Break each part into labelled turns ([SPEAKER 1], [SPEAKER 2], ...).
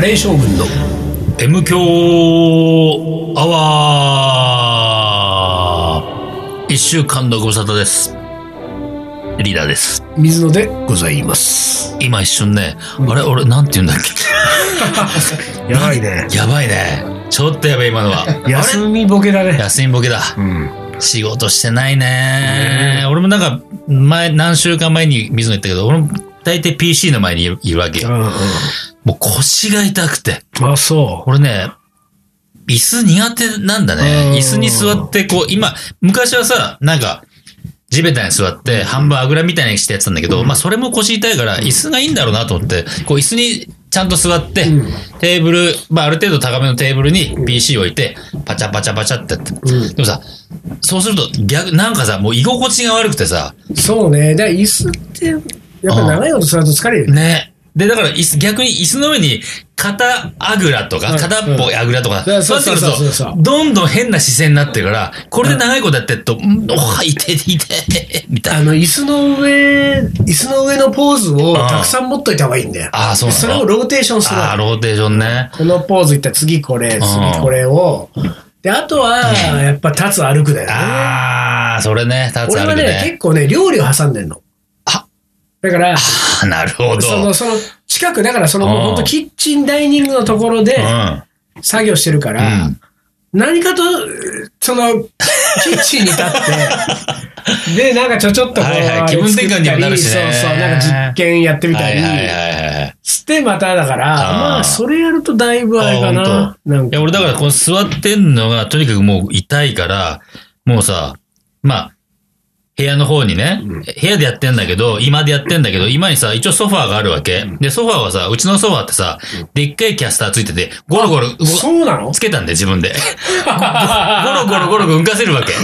[SPEAKER 1] レー将軍の
[SPEAKER 2] M 強アワー一週間のご無沙汰です。リーダーです。
[SPEAKER 1] 水野でございます。
[SPEAKER 2] 今一瞬ね、あれ俺なんて言うんだっけ
[SPEAKER 1] やばいね。
[SPEAKER 2] やばいね。ちょっとやばい今のは。あ
[SPEAKER 1] 休みボケだ
[SPEAKER 2] れ
[SPEAKER 1] ね。
[SPEAKER 2] 休みボケだ。
[SPEAKER 1] うん。
[SPEAKER 2] 仕事してないね。俺もなんか、前、何週間前に水野言ったけど、俺も大体 PC の前にいるわけ
[SPEAKER 1] う
[SPEAKER 2] よ。
[SPEAKER 1] んうん。
[SPEAKER 2] もう腰が痛くて。
[SPEAKER 1] あ、そ
[SPEAKER 2] 俺ね、椅子苦手なんだ
[SPEAKER 1] うん
[SPEAKER 2] ね。椅子に座って、こう、今、昔はさ、なんか、地べたに座って、半分あぐらみたいにしてやってたんだけど、まあ、それも腰痛いから、椅子がいいんだろうなと思って、こう、椅子にちゃんと座って、
[SPEAKER 1] うん
[SPEAKER 2] テーブル、まあ、ある程度高めのテーブルに PC 置いて、パチャパチャパチャってやって。
[SPEAKER 1] うん
[SPEAKER 2] でもさ、そうすると、逆、なんかさ、もう居心地が悪くてさ、
[SPEAKER 1] う。そうね。だから椅子って、やっぱ長いこと座ると疲れるよね。
[SPEAKER 2] ね。で、だから椅子、逆に椅子の上に、片あぐらとか、
[SPEAKER 1] うん
[SPEAKER 2] 片っぽあぐらとか、
[SPEAKER 1] うん
[SPEAKER 2] そうする
[SPEAKER 1] そうそうそうそうそ
[SPEAKER 2] と、どんどん変な姿勢になってるから、これで長いことやってると、うん、おはい、痛いていて、みたい
[SPEAKER 1] あ
[SPEAKER 2] な。
[SPEAKER 1] の、椅子の上、椅子の上のポーズをたくさん持っといた方がいいんだよ。
[SPEAKER 2] ああ、そうなの
[SPEAKER 1] それをローテーションする
[SPEAKER 2] ああ、ローテーションね。
[SPEAKER 1] このポーズいったら次これ、次これを。で、あとは、やっぱ立つ歩くだよね。
[SPEAKER 2] ああ、それね、立つ
[SPEAKER 1] 俺
[SPEAKER 2] ある
[SPEAKER 1] は
[SPEAKER 2] く
[SPEAKER 1] ね、
[SPEAKER 2] ね。
[SPEAKER 1] 結構ね、料理を挟んでんの。
[SPEAKER 2] あ
[SPEAKER 1] だから、
[SPEAKER 2] あなるほど。
[SPEAKER 1] そ
[SPEAKER 2] うん
[SPEAKER 1] の、。その、近く、だからその、
[SPEAKER 2] うん
[SPEAKER 1] もうほんとキッチン、ダイニングのところで
[SPEAKER 2] う
[SPEAKER 1] 作業してるから、
[SPEAKER 2] ん。
[SPEAKER 1] 何かと、その、キッチンに立って、 で、なんかちょちょっとこう、
[SPEAKER 2] はいはい気分転換にもなるしね
[SPEAKER 1] そうそう、なんか実験やってみた
[SPEAKER 2] はい
[SPEAKER 1] り、
[SPEAKER 2] はいはいはい。
[SPEAKER 1] してまただから、
[SPEAKER 2] あー
[SPEAKER 1] まあ、それやるとだいぶあれか
[SPEAKER 2] あ
[SPEAKER 1] な。なん
[SPEAKER 2] いや、
[SPEAKER 1] か、
[SPEAKER 2] 俺だからこの座ってんのが、とにかくもう痛いから、もうさ、まあ、部屋の方にね、部屋でやってんだけど、今でやってんだけど、今にさ、一応ソファーがあるわけ。で、ソファーはさ、うちのソファーってさ、でっかいキャスターついてて、ゴロゴロ、
[SPEAKER 1] そ
[SPEAKER 2] ご
[SPEAKER 1] う なの
[SPEAKER 2] つけたんで自分で。ゴロゴロゴロゴロ動かせるわけ。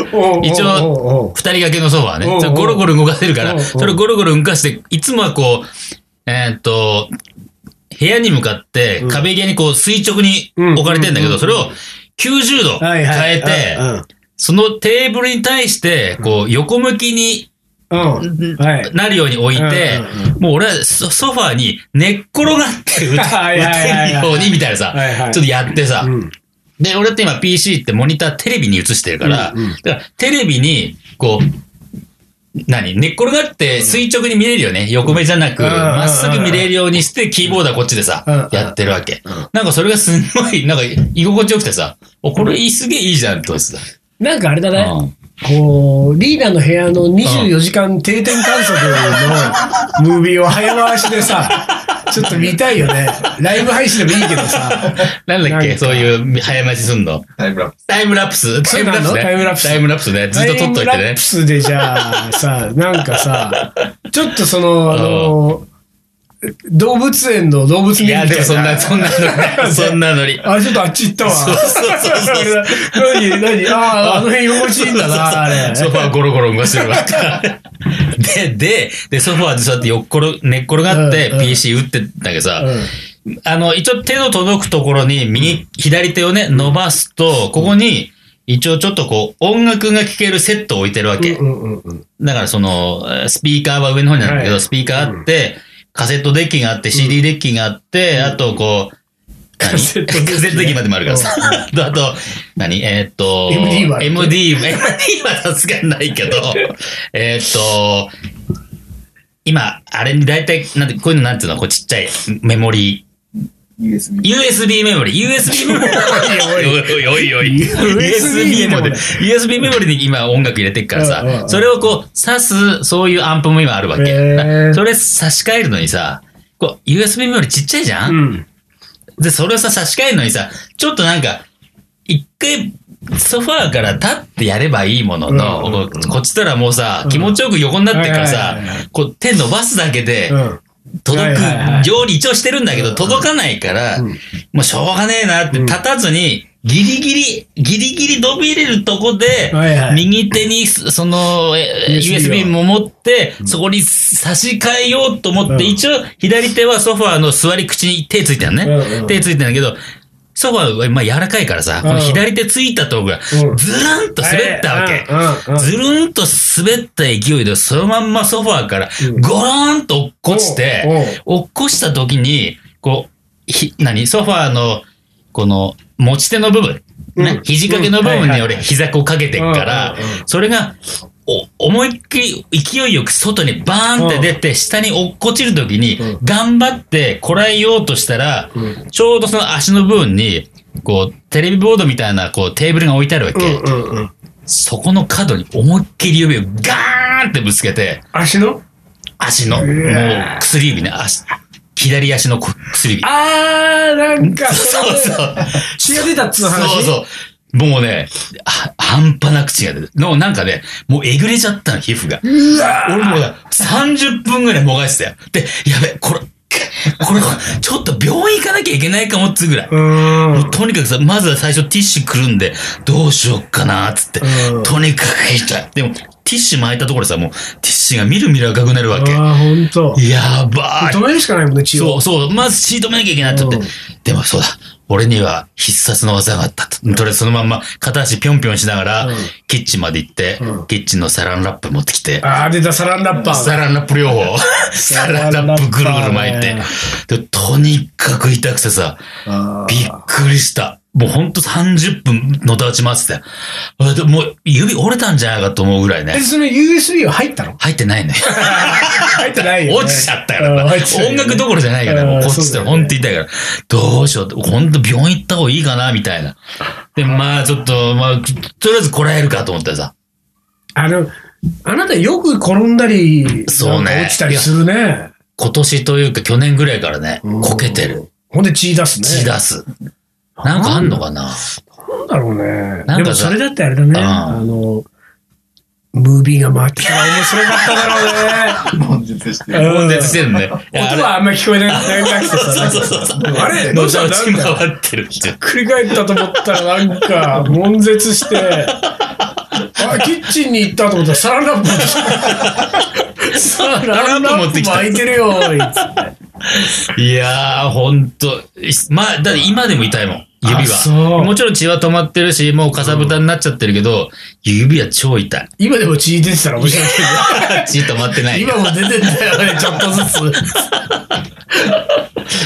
[SPEAKER 2] 一応、
[SPEAKER 1] 応、
[SPEAKER 2] 二人掛けのソファーね
[SPEAKER 1] おうおう。
[SPEAKER 2] それゴロゴロ動かせるか
[SPEAKER 1] おうおう
[SPEAKER 2] ら、それゴロゴロ動かして、いつもはこう、えーっと、部屋に向かって
[SPEAKER 1] うん
[SPEAKER 2] 壁際にこう垂直に置かれてんだけ
[SPEAKER 1] うんうんうんう
[SPEAKER 2] ど、
[SPEAKER 1] ん
[SPEAKER 2] それを90度
[SPEAKER 1] は
[SPEAKER 2] 変
[SPEAKER 1] いはい
[SPEAKER 2] えて、そのテーブルに対して、こう横向きに
[SPEAKER 1] うんうん。うん。はい。
[SPEAKER 2] なるように置いて
[SPEAKER 1] うんうん、
[SPEAKER 2] もう俺はソソファーに寝っ転がって打
[SPEAKER 1] はいはいはいはい
[SPEAKER 2] てるようにみたいなさ
[SPEAKER 1] はいはい、
[SPEAKER 2] ちょっとやってさ
[SPEAKER 1] う、ん。
[SPEAKER 2] で、俺って今 PC ってモニターテレビに映してるから、
[SPEAKER 1] うんうん
[SPEAKER 2] だからテレビに、こう、何寝っ転がって垂直に見れるよね。横目じゃなく、
[SPEAKER 1] うん
[SPEAKER 2] まっすぐ見れるようにして、キーボードはこっちでさ、
[SPEAKER 1] うん
[SPEAKER 2] やってるわけ。なんかそれがすんごい、なんか居心地よくてさ、お、これすげえいいじゃんって思ってた。
[SPEAKER 1] なんかあれだね。
[SPEAKER 2] うん
[SPEAKER 1] こう、リーダーの部屋の24時間定点観測のムービーを早回しで さ、ちょっと見たいよね。ライブ配信でもいいけどさ。
[SPEAKER 2] なんだっ
[SPEAKER 1] なん
[SPEAKER 2] け
[SPEAKER 1] か
[SPEAKER 2] そういう早待ちすんの。
[SPEAKER 3] タイムラプス。
[SPEAKER 2] タイムラ
[SPEAKER 1] そうな
[SPEAKER 2] プスタイムラプ
[SPEAKER 1] の
[SPEAKER 2] スね。
[SPEAKER 1] タイムラプス
[SPEAKER 2] タイムラプスね。ずっと撮っと
[SPEAKER 1] タイ
[SPEAKER 2] いて
[SPEAKER 1] ムラ
[SPEAKER 2] ね
[SPEAKER 1] プ。スでじゃあさ、なんかさ、ちょっとその、あの、動物園の動物
[SPEAKER 2] い
[SPEAKER 1] 見る
[SPEAKER 2] や、
[SPEAKER 1] み
[SPEAKER 2] で
[SPEAKER 1] た
[SPEAKER 2] も
[SPEAKER 1] い
[SPEAKER 2] そんな、
[SPEAKER 1] な。
[SPEAKER 2] そんな ノリ。そんな
[SPEAKER 1] あ、
[SPEAKER 2] ノリ。
[SPEAKER 1] ちょっとあっち行ったわ。
[SPEAKER 2] そうそうそうそう
[SPEAKER 1] あれだ何、何、ああ、あの辺居心地いいんだな、あれ。
[SPEAKER 2] ソファーゴロゴロ動かしてるわ。 で、で、で、ソファーでそうやって横転寝っ転がって
[SPEAKER 1] うんうん
[SPEAKER 2] PC 打ってんだけどさ、
[SPEAKER 1] うん
[SPEAKER 2] あの、一応手の届くところに右、左手をね、伸ばすと、ここに、一応ちょっとこう、音楽が聴けるセットを置いてるわけ。
[SPEAKER 1] うんうんうん
[SPEAKER 2] だからその、えースピーカーは上の方にあるんだけど、
[SPEAKER 1] はい
[SPEAKER 2] スピーカーあって、カセットデッキがあって、CD デッキがあって、あとこう、何
[SPEAKER 1] カセットデッキね
[SPEAKER 2] カセットデッキまでもあるからさ。あと、何えーっと、
[SPEAKER 1] MD はある
[SPEAKER 2] MD、MD はさすがにないけど、えーっと、今、あれに大体、なんて、こういうのなんていうのこうちっちゃいメモリー。
[SPEAKER 3] USB。
[SPEAKER 2] USB メモリー、USB メモリー。おいおいおい
[SPEAKER 1] USB
[SPEAKER 2] USB メ
[SPEAKER 1] メモ
[SPEAKER 2] モリ
[SPEAKER 1] リ
[SPEAKER 2] ー。USB メモリーに今音楽入れてっから
[SPEAKER 1] うんうんう
[SPEAKER 2] さ、
[SPEAKER 1] ん
[SPEAKER 2] それをこう、挿す、そういうアンプも今あるわ
[SPEAKER 1] へ
[SPEAKER 2] け
[SPEAKER 1] ー。
[SPEAKER 2] それ差し替えるのにさ、こう、USB メモリーちっちゃいじゃ
[SPEAKER 1] うんん。
[SPEAKER 2] で、それをさ、差し替えるのにさ、ちょっとなんか、一回、ソファーから立ってやればいいものの、
[SPEAKER 1] うんうんうん
[SPEAKER 2] こうこっちとらもうさ、気持ちよく横になってっからさ
[SPEAKER 1] はいはいはいは、
[SPEAKER 2] こう、手伸ばすだけで
[SPEAKER 1] う、ん。
[SPEAKER 2] 届
[SPEAKER 1] はいはいはい
[SPEAKER 2] く、料理一応してるんだけど、届かないから、もうしょうがねえなって、立たずに、ギリギリ、ギリギリ伸びれるとこで
[SPEAKER 1] はいは、い
[SPEAKER 2] 右手にす、その、え
[SPEAKER 1] USB
[SPEAKER 2] USB も持って、そこに差し替えようと思っ
[SPEAKER 1] うん
[SPEAKER 2] て、一応、左手はソファーの座り口に手ついてるね
[SPEAKER 1] うんうん。
[SPEAKER 2] 手ついてんだけど、ソファーはまあ柔らかいからさ、この左手ついたとこが、ず
[SPEAKER 1] うん
[SPEAKER 2] るんと滑ったわけ。
[SPEAKER 1] うんうんうん
[SPEAKER 2] ずるんと滑った勢いで、そのまんまソファーから、ゴローンと落っこちて、落っこした時に、こう、ひ、何ソファーの、この、持ち手の部分、
[SPEAKER 1] うん
[SPEAKER 2] ね、肘掛けの部
[SPEAKER 1] うんはい
[SPEAKER 2] 分に
[SPEAKER 1] はい
[SPEAKER 2] 俺、膝こうかけてっから
[SPEAKER 1] うんうんうん、
[SPEAKER 2] それが、お思いっきり勢いよく外にバーンって出て、下に落っこちるときに
[SPEAKER 1] うん、
[SPEAKER 2] 頑張ってこらえようとしたら
[SPEAKER 1] う、
[SPEAKER 2] ちょうどその足の部分に、こう、テレビボードみたいな、こう、テーブルが置いてあるわけ。
[SPEAKER 1] うんうんうん。
[SPEAKER 2] そこの角に思いっきり指をガーンってぶつけて、
[SPEAKER 1] 足の
[SPEAKER 2] 足の、も
[SPEAKER 1] うわ
[SPEAKER 2] う薬指ね、足、左足のこ薬指。
[SPEAKER 1] あー、なんか、
[SPEAKER 2] そうそう。
[SPEAKER 1] 血が出たっつうの話。
[SPEAKER 2] そうそう。もうね、は半端なく血が出て、のなんかね、もうえぐれちゃったの、皮膚が。
[SPEAKER 1] うわ
[SPEAKER 2] 俺もうね30分ぐらいもがいてたよ。で、やべ、これ、これ、ちょっと病院行かなきゃいけないかもっつうぐらい。
[SPEAKER 1] うん。
[SPEAKER 2] もうとにかくさ、まずは最初ティッシュくるんで、どうしよっかなーっつって、
[SPEAKER 1] うん
[SPEAKER 2] とにかく痛い。でも、ティッシュ巻いたところさ、もう、ティッシュがみるみる赤くなるわけ。
[SPEAKER 1] ああ、ほんと。
[SPEAKER 2] やばい
[SPEAKER 1] 止。めるしかないもんね、血
[SPEAKER 2] そ
[SPEAKER 1] を。
[SPEAKER 2] うそう、まず血止めなきゃいけないと思って、
[SPEAKER 1] うん
[SPEAKER 2] でもそうだ、俺には必殺の技があったと。とりあえずそのまんま片足ぴょんぴょんしながら、
[SPEAKER 1] うん
[SPEAKER 2] キッチンまで行って、
[SPEAKER 1] うん
[SPEAKER 2] キッチンのサランラップ持ってきて、
[SPEAKER 1] ああ、出た、サランラッパー。
[SPEAKER 2] サランラップ療 法、サランラップぐるぐる巻いて、でとにかく痛くてさ、
[SPEAKER 1] あ
[SPEAKER 2] びっくりした。もうほんと30分のたうち回ってたよあでももう指折れたんじゃないかと思うぐらい
[SPEAKER 1] ーえ、
[SPEAKER 2] ね。
[SPEAKER 1] その USB は入ったの
[SPEAKER 2] 入ってないね。
[SPEAKER 1] 入ってないよね。
[SPEAKER 2] 落ちちゃったから、
[SPEAKER 1] うん落ちちゃうよ
[SPEAKER 2] 音
[SPEAKER 1] ね
[SPEAKER 2] 楽どころじゃないから、もうこっちってほんと痛いから、どうしようって、ほんと病院行った方がいいかな、みたいな。で、まあちょっと、まあ、とりあえずこらえるかと思ったらさ、
[SPEAKER 1] あの、あなたよく転んだり、
[SPEAKER 2] そうね
[SPEAKER 1] なんか落ちたりするね。
[SPEAKER 2] 今年というか去年ぐらいからね、
[SPEAKER 1] うん
[SPEAKER 2] こけてる。。
[SPEAKER 1] ほんで血出すね。
[SPEAKER 2] 血出す。なんかあんのかな
[SPEAKER 1] なんだろうね。
[SPEAKER 2] な
[SPEAKER 1] で
[SPEAKER 2] ん
[SPEAKER 1] も
[SPEAKER 2] かさ
[SPEAKER 1] それだってあれだね。
[SPEAKER 2] うん
[SPEAKER 1] あの、ムービーが回ってたら面白かっただ ろうね。
[SPEAKER 3] 悶絶してる。
[SPEAKER 1] うん
[SPEAKER 2] 悶絶してるね。
[SPEAKER 1] 音はあんま聞こえなくて
[SPEAKER 2] そう
[SPEAKER 1] さ。
[SPEAKER 2] そうそうそう。
[SPEAKER 1] あれど
[SPEAKER 2] の
[SPEAKER 1] うしたた
[SPEAKER 2] うち
[SPEAKER 1] んだ
[SPEAKER 2] 回ってる。
[SPEAKER 1] 繰り返ったと思ったらなんか、悶絶して。 あ、キッチンに行ったと思ったらサランラップ持って きた。サランラ
[SPEAKER 2] 持
[SPEAKER 1] ッ
[SPEAKER 2] っ
[SPEAKER 1] プ
[SPEAKER 2] てきた
[SPEAKER 1] 巻いてるよ。おい
[SPEAKER 2] いやー、ほんと。まあ、だって今でも痛いもん。指
[SPEAKER 1] あそう
[SPEAKER 2] は。もちろん血は止まってるし、もうかさぶたになっちゃってるけど、指は超痛い。
[SPEAKER 1] 今でも血出てたら面白いけ
[SPEAKER 2] 血止まってな
[SPEAKER 1] ど。
[SPEAKER 2] い。
[SPEAKER 1] 今 も出てんだよね、ちょっとずつ。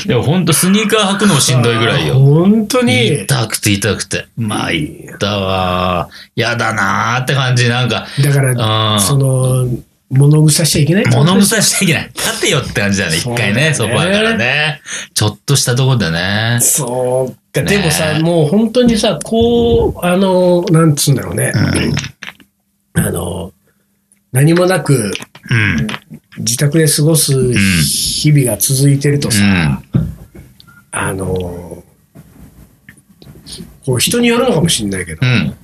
[SPEAKER 2] でもほんとスニーカー履くのもしんどいぐらいよ。
[SPEAKER 1] 本当に。
[SPEAKER 2] 痛くて痛くて。まあ、いったわー。やだなーって感じ。なんか、
[SPEAKER 1] だか
[SPEAKER 2] う
[SPEAKER 1] ら、
[SPEAKER 2] ん
[SPEAKER 1] その、物臭しちゃいけないってこと
[SPEAKER 2] 物臭しちゃいけない。立てよって感じだね、一回ね、
[SPEAKER 1] そう
[SPEAKER 2] ソフ
[SPEAKER 1] だね
[SPEAKER 2] ァーからね。ちょっとしたところでね。
[SPEAKER 1] そうか、
[SPEAKER 2] ね
[SPEAKER 1] でもさ、もう本当にさ、こう、あの、なんつうんだろうね、あの、何もなく
[SPEAKER 2] うん。
[SPEAKER 1] 自宅で過ごす日々が続いてるとさ、
[SPEAKER 2] う
[SPEAKER 1] あの、こう人によるのかもしれないけど、
[SPEAKER 2] ん。うん。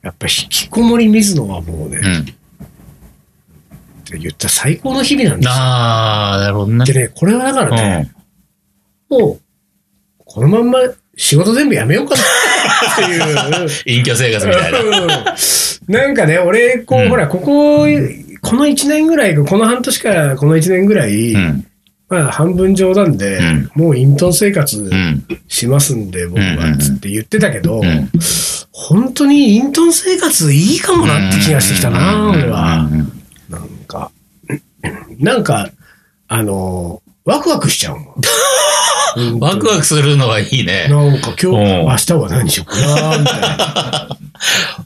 [SPEAKER 1] やっぱ引きこもり水野はもうね、
[SPEAKER 2] うん。
[SPEAKER 1] って言ったら最高の日々なんですよ。
[SPEAKER 2] ああ、なるほどね。
[SPEAKER 1] でね、これはだからね、もう、このまんま仕事全部やめようかなっていう。
[SPEAKER 2] うん。隠居生活みたいな。
[SPEAKER 1] うんなんかね、俺、こう、
[SPEAKER 2] うん
[SPEAKER 1] ほら、ここ、この1年ぐらい、この半年からこの1年ぐらい、
[SPEAKER 2] うん。
[SPEAKER 1] まあ、半分冗談で、
[SPEAKER 2] うん
[SPEAKER 1] もう隠遁生活
[SPEAKER 2] うん。
[SPEAKER 1] しますんで、僕
[SPEAKER 2] うんうんう
[SPEAKER 1] は、
[SPEAKER 2] ん
[SPEAKER 1] つって言ってたけど、
[SPEAKER 2] うん。
[SPEAKER 1] 本当に隠遁生活いいかもなって気がしてきたな、俺は。
[SPEAKER 2] うん。
[SPEAKER 1] なんか、なんか、あの、ワクワクしちゃう もん。うん
[SPEAKER 2] ワクワクするのはいいね。
[SPEAKER 1] なんか今日、
[SPEAKER 2] うん
[SPEAKER 1] 明日は何しようかな、みたいな。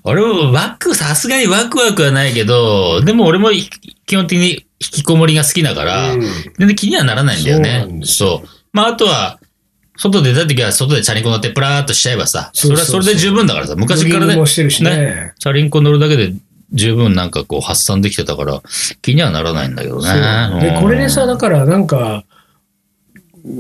[SPEAKER 2] 俺もワク、さすがにワクワクはないけど、でも俺もひ基本的に引きこもりが好きだから、
[SPEAKER 1] うん
[SPEAKER 2] 全然気にはならないんだよ
[SPEAKER 1] そうなん
[SPEAKER 2] ね。
[SPEAKER 1] です
[SPEAKER 2] そう。まああとは、外出た時は外でチャリンコ乗ってプラーっとしちゃえばさ、そ
[SPEAKER 1] そう
[SPEAKER 2] れ
[SPEAKER 1] そ
[SPEAKER 2] は
[SPEAKER 1] うそ
[SPEAKER 2] そうれで十分だからさ、 昔か
[SPEAKER 1] ジョ
[SPEAKER 2] ら
[SPEAKER 1] ギング
[SPEAKER 2] ね
[SPEAKER 1] も、してるしね
[SPEAKER 2] ねチャリンコ乗るだけで十分なんかこう発散できてたから、気にはならないんだけどね。
[SPEAKER 1] そう
[SPEAKER 2] う
[SPEAKER 1] で
[SPEAKER 2] ん
[SPEAKER 1] これでさだからなんか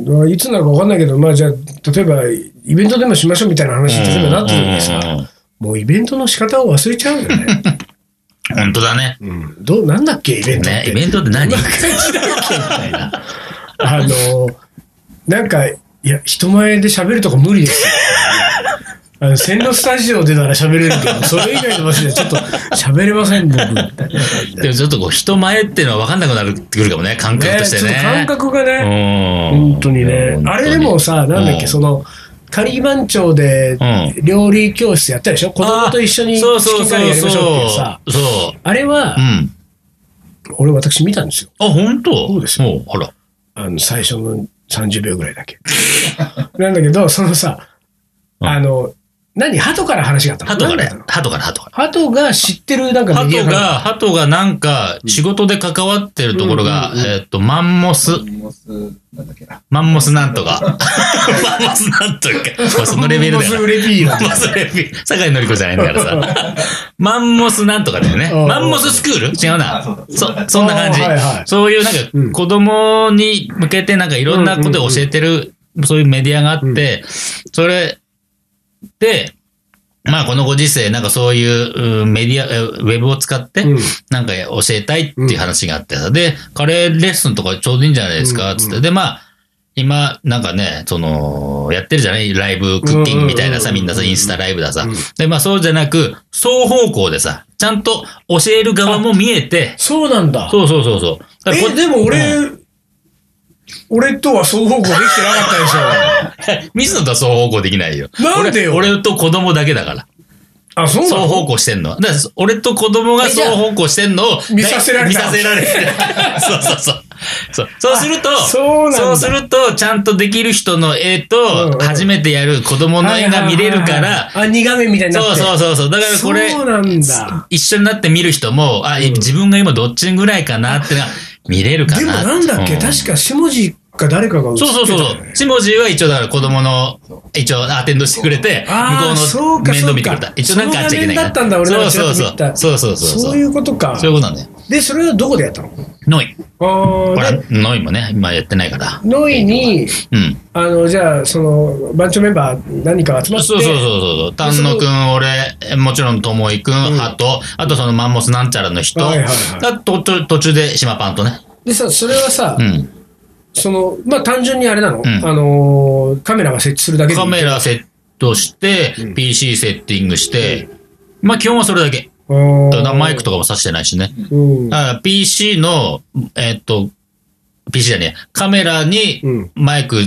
[SPEAKER 1] まあいつなのか分かんないけどまあじゃあ例えばイベントでもしましょうみたいな話に例えばなってるんです
[SPEAKER 2] うんうんう
[SPEAKER 1] が
[SPEAKER 2] んうん
[SPEAKER 1] もうイベントの仕方を忘れちゃうよね、
[SPEAKER 2] 本当だね。
[SPEAKER 1] うん、どうなんだっけイベントっ
[SPEAKER 2] ね、
[SPEAKER 1] て、
[SPEAKER 2] イベントって何
[SPEAKER 1] どんな感じだっけみたいなあのなんかいや人前で喋るとか無理です よあの線路スタジオでなら喋れるけどそれ以外の場所でちょっと喋れません僕みたいな
[SPEAKER 2] でもちょっとこう人前っていうのは分かんなくなるってくるかもね、感覚
[SPEAKER 1] ね
[SPEAKER 2] とし
[SPEAKER 1] ち
[SPEAKER 2] て
[SPEAKER 1] ょっ
[SPEAKER 2] ね。
[SPEAKER 1] と感覚がね、
[SPEAKER 2] うん。
[SPEAKER 1] 本当にね
[SPEAKER 2] 本。当
[SPEAKER 1] あれでもさ、なんだっ
[SPEAKER 2] う
[SPEAKER 1] け、
[SPEAKER 2] ん
[SPEAKER 1] その、仮番長で
[SPEAKER 2] う
[SPEAKER 1] 料理教室やったでしょ子供と一緒に
[SPEAKER 2] そうそう
[SPEAKER 1] 式
[SPEAKER 2] そ
[SPEAKER 1] 会
[SPEAKER 2] う
[SPEAKER 1] やりましょうっていうさ。
[SPEAKER 2] そう。そう。
[SPEAKER 1] あれは
[SPEAKER 2] う、ん。
[SPEAKER 1] 俺私見たんですよ。
[SPEAKER 2] あ、本当
[SPEAKER 1] そうですよ
[SPEAKER 2] もう、ほら。
[SPEAKER 1] あの、最初の30秒ぐらいだけ。 なんだけど、そのさ、
[SPEAKER 2] うん
[SPEAKER 1] あの、何鳩から話があったの
[SPEAKER 2] 鳩か
[SPEAKER 1] なんだっ
[SPEAKER 2] ら
[SPEAKER 1] たの、
[SPEAKER 2] 鳩から、鳩から。
[SPEAKER 1] 鳩が知ってる、なんかメディア
[SPEAKER 2] 鳩
[SPEAKER 1] から
[SPEAKER 2] が、鳩がなんか、仕事で関わってるところが、
[SPEAKER 1] うんうんうん
[SPEAKER 2] えっ、と、マンモス、
[SPEAKER 3] モス、なんだっけな。
[SPEAKER 2] マンモスなんとか。マンモスなんとか。まあそのレベルだ
[SPEAKER 1] モ
[SPEAKER 2] よ
[SPEAKER 1] ス
[SPEAKER 2] な。
[SPEAKER 1] レビー
[SPEAKER 2] マ
[SPEAKER 1] だ
[SPEAKER 2] ンモスレベル。酒井のり子じゃないんだからさ。マンモスなんとかだよね。
[SPEAKER 1] うん
[SPEAKER 2] マンモススクール違うな
[SPEAKER 3] あそう。だ
[SPEAKER 2] そ、そんな感じ
[SPEAKER 1] あー。はいはい
[SPEAKER 2] そういうなん
[SPEAKER 1] うん
[SPEAKER 2] か、子供に向けてなんかいろんなことを教えてる、そういうメディアがあって、それで、まあこのご時世、なんかそういううんメディア、えウェブを使って、
[SPEAKER 1] うん
[SPEAKER 2] なんか教えたいっていう話があってさ、で、カレーレッスンとかちょうどいいんじゃないです
[SPEAKER 1] うん
[SPEAKER 2] か、
[SPEAKER 1] うん
[SPEAKER 2] つって。で、まあ、今、なんかね、その、やってるじゃないライブクッキングみたいな
[SPEAKER 1] う
[SPEAKER 2] さ、
[SPEAKER 1] んうん
[SPEAKER 2] み
[SPEAKER 1] うん
[SPEAKER 2] んなさ、インスタライブださ
[SPEAKER 1] うん。
[SPEAKER 2] で、まあそうじゃなく、双方向でさ、ちゃんと教える側も見えて、
[SPEAKER 1] そうなんだ。
[SPEAKER 2] そうそうそうそう。だからこ
[SPEAKER 1] え、でも 俺、俺とは双方向できてなか ったでし
[SPEAKER 2] 水野とは双方向できないよ。
[SPEAKER 1] なんでよ
[SPEAKER 2] 俺俺と子供だけだから。
[SPEAKER 1] ょ。あ、そうな
[SPEAKER 2] 双
[SPEAKER 1] の
[SPEAKER 2] 方向してんの。だから俺と子供が
[SPEAKER 1] えじゃあ
[SPEAKER 2] 双方向してんのを
[SPEAKER 1] 見させられ
[SPEAKER 2] 見
[SPEAKER 1] た
[SPEAKER 2] させら れて。そうそうそう。そうそうすると、
[SPEAKER 1] そうなんだ
[SPEAKER 2] そうすると、ちゃんとできる人の絵
[SPEAKER 1] うんう
[SPEAKER 2] と、
[SPEAKER 1] ん
[SPEAKER 2] 初めてやる子供の絵が見れるか
[SPEAKER 1] はいはい
[SPEAKER 2] ら、
[SPEAKER 1] はいはいあ、二画面みたいにな
[SPEAKER 2] そ
[SPEAKER 1] っ
[SPEAKER 2] う
[SPEAKER 1] て。
[SPEAKER 2] そうそうそう。だからこれ、
[SPEAKER 1] そうなんだ。
[SPEAKER 2] 一緒になって見る人も、あ、
[SPEAKER 1] ん
[SPEAKER 2] 自分が今どっちぐらいかなってのが見れるかな。
[SPEAKER 1] でもなんだっけ、
[SPEAKER 2] う
[SPEAKER 1] 確か下地か誰かが映ってた
[SPEAKER 2] そうそうそう
[SPEAKER 1] よ
[SPEAKER 2] そ
[SPEAKER 1] ね
[SPEAKER 2] う。チモジーは一応だから子供の、一応アテンドしてくれて、
[SPEAKER 1] あー
[SPEAKER 2] 向こ
[SPEAKER 1] そううか
[SPEAKER 2] の面倒見てくれ
[SPEAKER 1] そう
[SPEAKER 2] た。
[SPEAKER 1] か
[SPEAKER 2] 一応なんかあっちゃいけないから。
[SPEAKER 1] その画面だったんだ俺らち
[SPEAKER 2] そ
[SPEAKER 1] ら
[SPEAKER 2] う
[SPEAKER 1] っと
[SPEAKER 2] そ
[SPEAKER 1] 見
[SPEAKER 2] う
[SPEAKER 1] た
[SPEAKER 2] そう。そうそうそう。
[SPEAKER 1] そういうことか。
[SPEAKER 2] そういうことなんだよ。
[SPEAKER 1] で、それはどこでやったの
[SPEAKER 2] ノイ。
[SPEAKER 1] あ
[SPEAKER 2] ほ
[SPEAKER 1] あ、
[SPEAKER 2] ら
[SPEAKER 1] で、
[SPEAKER 2] ノイもね、今やってないから。
[SPEAKER 1] ノイに、
[SPEAKER 2] うん。
[SPEAKER 1] あの、じゃあ、その、番長メンバー何か集
[SPEAKER 2] そ
[SPEAKER 1] ま
[SPEAKER 2] う
[SPEAKER 1] って。
[SPEAKER 2] そうそうそう。丹野くん、俺、もちろんともいくん、あと、あとそのマンモスなんちゃらの人、
[SPEAKER 1] はいはいはい
[SPEAKER 2] あとと途中で島パンとね。
[SPEAKER 1] でさ、それはさ、
[SPEAKER 2] うん。
[SPEAKER 1] その、まあ、単純にあれなの、
[SPEAKER 2] ん
[SPEAKER 1] あのーカメラが設置するだけでい
[SPEAKER 2] カ
[SPEAKER 1] い。
[SPEAKER 2] メラセットして、PC セッティングして、まあ基本はそれだけ。
[SPEAKER 1] あー
[SPEAKER 2] マイクとかも挿してないしね。
[SPEAKER 1] うん。
[SPEAKER 2] あ PC の、えっと、PC じゃねえ、カメラ
[SPEAKER 1] うん
[SPEAKER 2] にマイク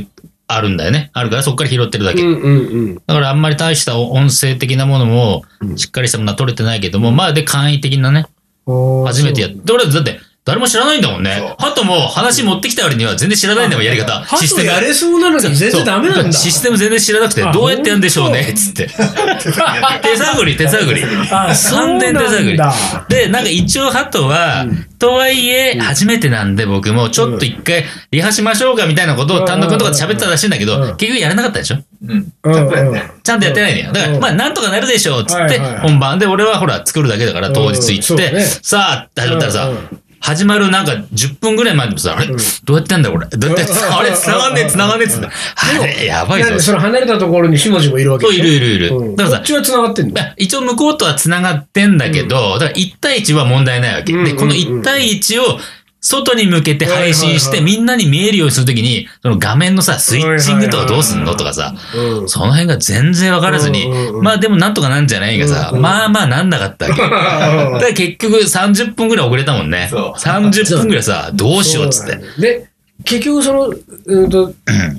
[SPEAKER 2] あるんだよね。あるからそこから拾ってるだ
[SPEAKER 1] う
[SPEAKER 2] け。
[SPEAKER 1] んうんうん。
[SPEAKER 2] だからあんまり大した音声的なものも、しっかりしたものは取れてないけども、まあで簡易的なね、
[SPEAKER 1] あー
[SPEAKER 2] 初めてやっ
[SPEAKER 1] そう
[SPEAKER 2] て、俺だって誰も知らないんだもんね。ハトも話持ってきた割には全然知らないんだもん、やり方。
[SPEAKER 1] ハトやれそうなのに全
[SPEAKER 2] そう
[SPEAKER 1] 然ダメなんだ。
[SPEAKER 2] システム全然知らなくて
[SPEAKER 1] あ、
[SPEAKER 2] どうやってやるんでしょう
[SPEAKER 1] ほ
[SPEAKER 2] ね、つって。 手探り、手探り。
[SPEAKER 1] あそうなんだ
[SPEAKER 2] 完全手探り。で、なんか一応、ハトは、とはいえ、初めてなんで僕も、ちょっと一回、リハしましょうかみたいなことを丹野くんとかで喋ってたらしいんだ
[SPEAKER 1] う
[SPEAKER 2] け
[SPEAKER 1] ん
[SPEAKER 2] ど、結局やらなかったでしょ
[SPEAKER 3] うん。
[SPEAKER 1] うん
[SPEAKER 3] ちゃんとやって
[SPEAKER 1] うん
[SPEAKER 2] ちゃんとやってないのよ。だか
[SPEAKER 1] う
[SPEAKER 2] ら、
[SPEAKER 1] ん
[SPEAKER 2] まあ、なんとかなるでしょう、つっ
[SPEAKER 1] はい
[SPEAKER 2] て
[SPEAKER 1] はい、
[SPEAKER 2] 本番で、俺はほら、作るだけだから、当日
[SPEAKER 1] う
[SPEAKER 2] 行
[SPEAKER 1] んそう
[SPEAKER 2] っ
[SPEAKER 1] だ
[SPEAKER 2] て、
[SPEAKER 1] ね
[SPEAKER 2] さあ、って始まったらさ
[SPEAKER 1] うんうん、
[SPEAKER 2] 始まるなんか10分ぐらい前でもさ、あれどうやってやんだよ、これ。どうやってやん
[SPEAKER 1] うん
[SPEAKER 2] だあれ繋がんねえ、繋がんねえっつって。あれ、やばい
[SPEAKER 1] なん
[SPEAKER 2] ぞ
[SPEAKER 1] で。その離れたところに下地もいるわけ
[SPEAKER 2] そ
[SPEAKER 1] で
[SPEAKER 2] う、
[SPEAKER 1] し
[SPEAKER 2] い
[SPEAKER 1] ょ
[SPEAKER 2] るいるい
[SPEAKER 1] うん
[SPEAKER 2] る。だ
[SPEAKER 1] こ
[SPEAKER 2] から
[SPEAKER 1] っ
[SPEAKER 2] さ、
[SPEAKER 1] ちは繋がってんの
[SPEAKER 2] まあ 一応向こうとは繋がってんだけど、だから1対1は問題ないわけ。
[SPEAKER 1] うん
[SPEAKER 2] で、この1対1を外に向けて配信し
[SPEAKER 1] は
[SPEAKER 2] て、
[SPEAKER 1] いはい
[SPEAKER 2] みんなに見えるようにするときに、その画面のさ、スイッチングとかどうすんのとかさ、
[SPEAKER 1] うん
[SPEAKER 2] その辺が全然わからずに
[SPEAKER 1] うんうんう、ん
[SPEAKER 2] まあでもなんとかなんじゃないがさ、
[SPEAKER 1] うんうん
[SPEAKER 2] まあまあなんなかった わけ。だか
[SPEAKER 1] あー
[SPEAKER 2] ら結局30分ぐらい遅れたもんね。
[SPEAKER 3] そう
[SPEAKER 2] 30分ぐらいさ、どうしようっつ っ
[SPEAKER 1] そ
[SPEAKER 2] て
[SPEAKER 1] なん。だよで、結局その、うん と、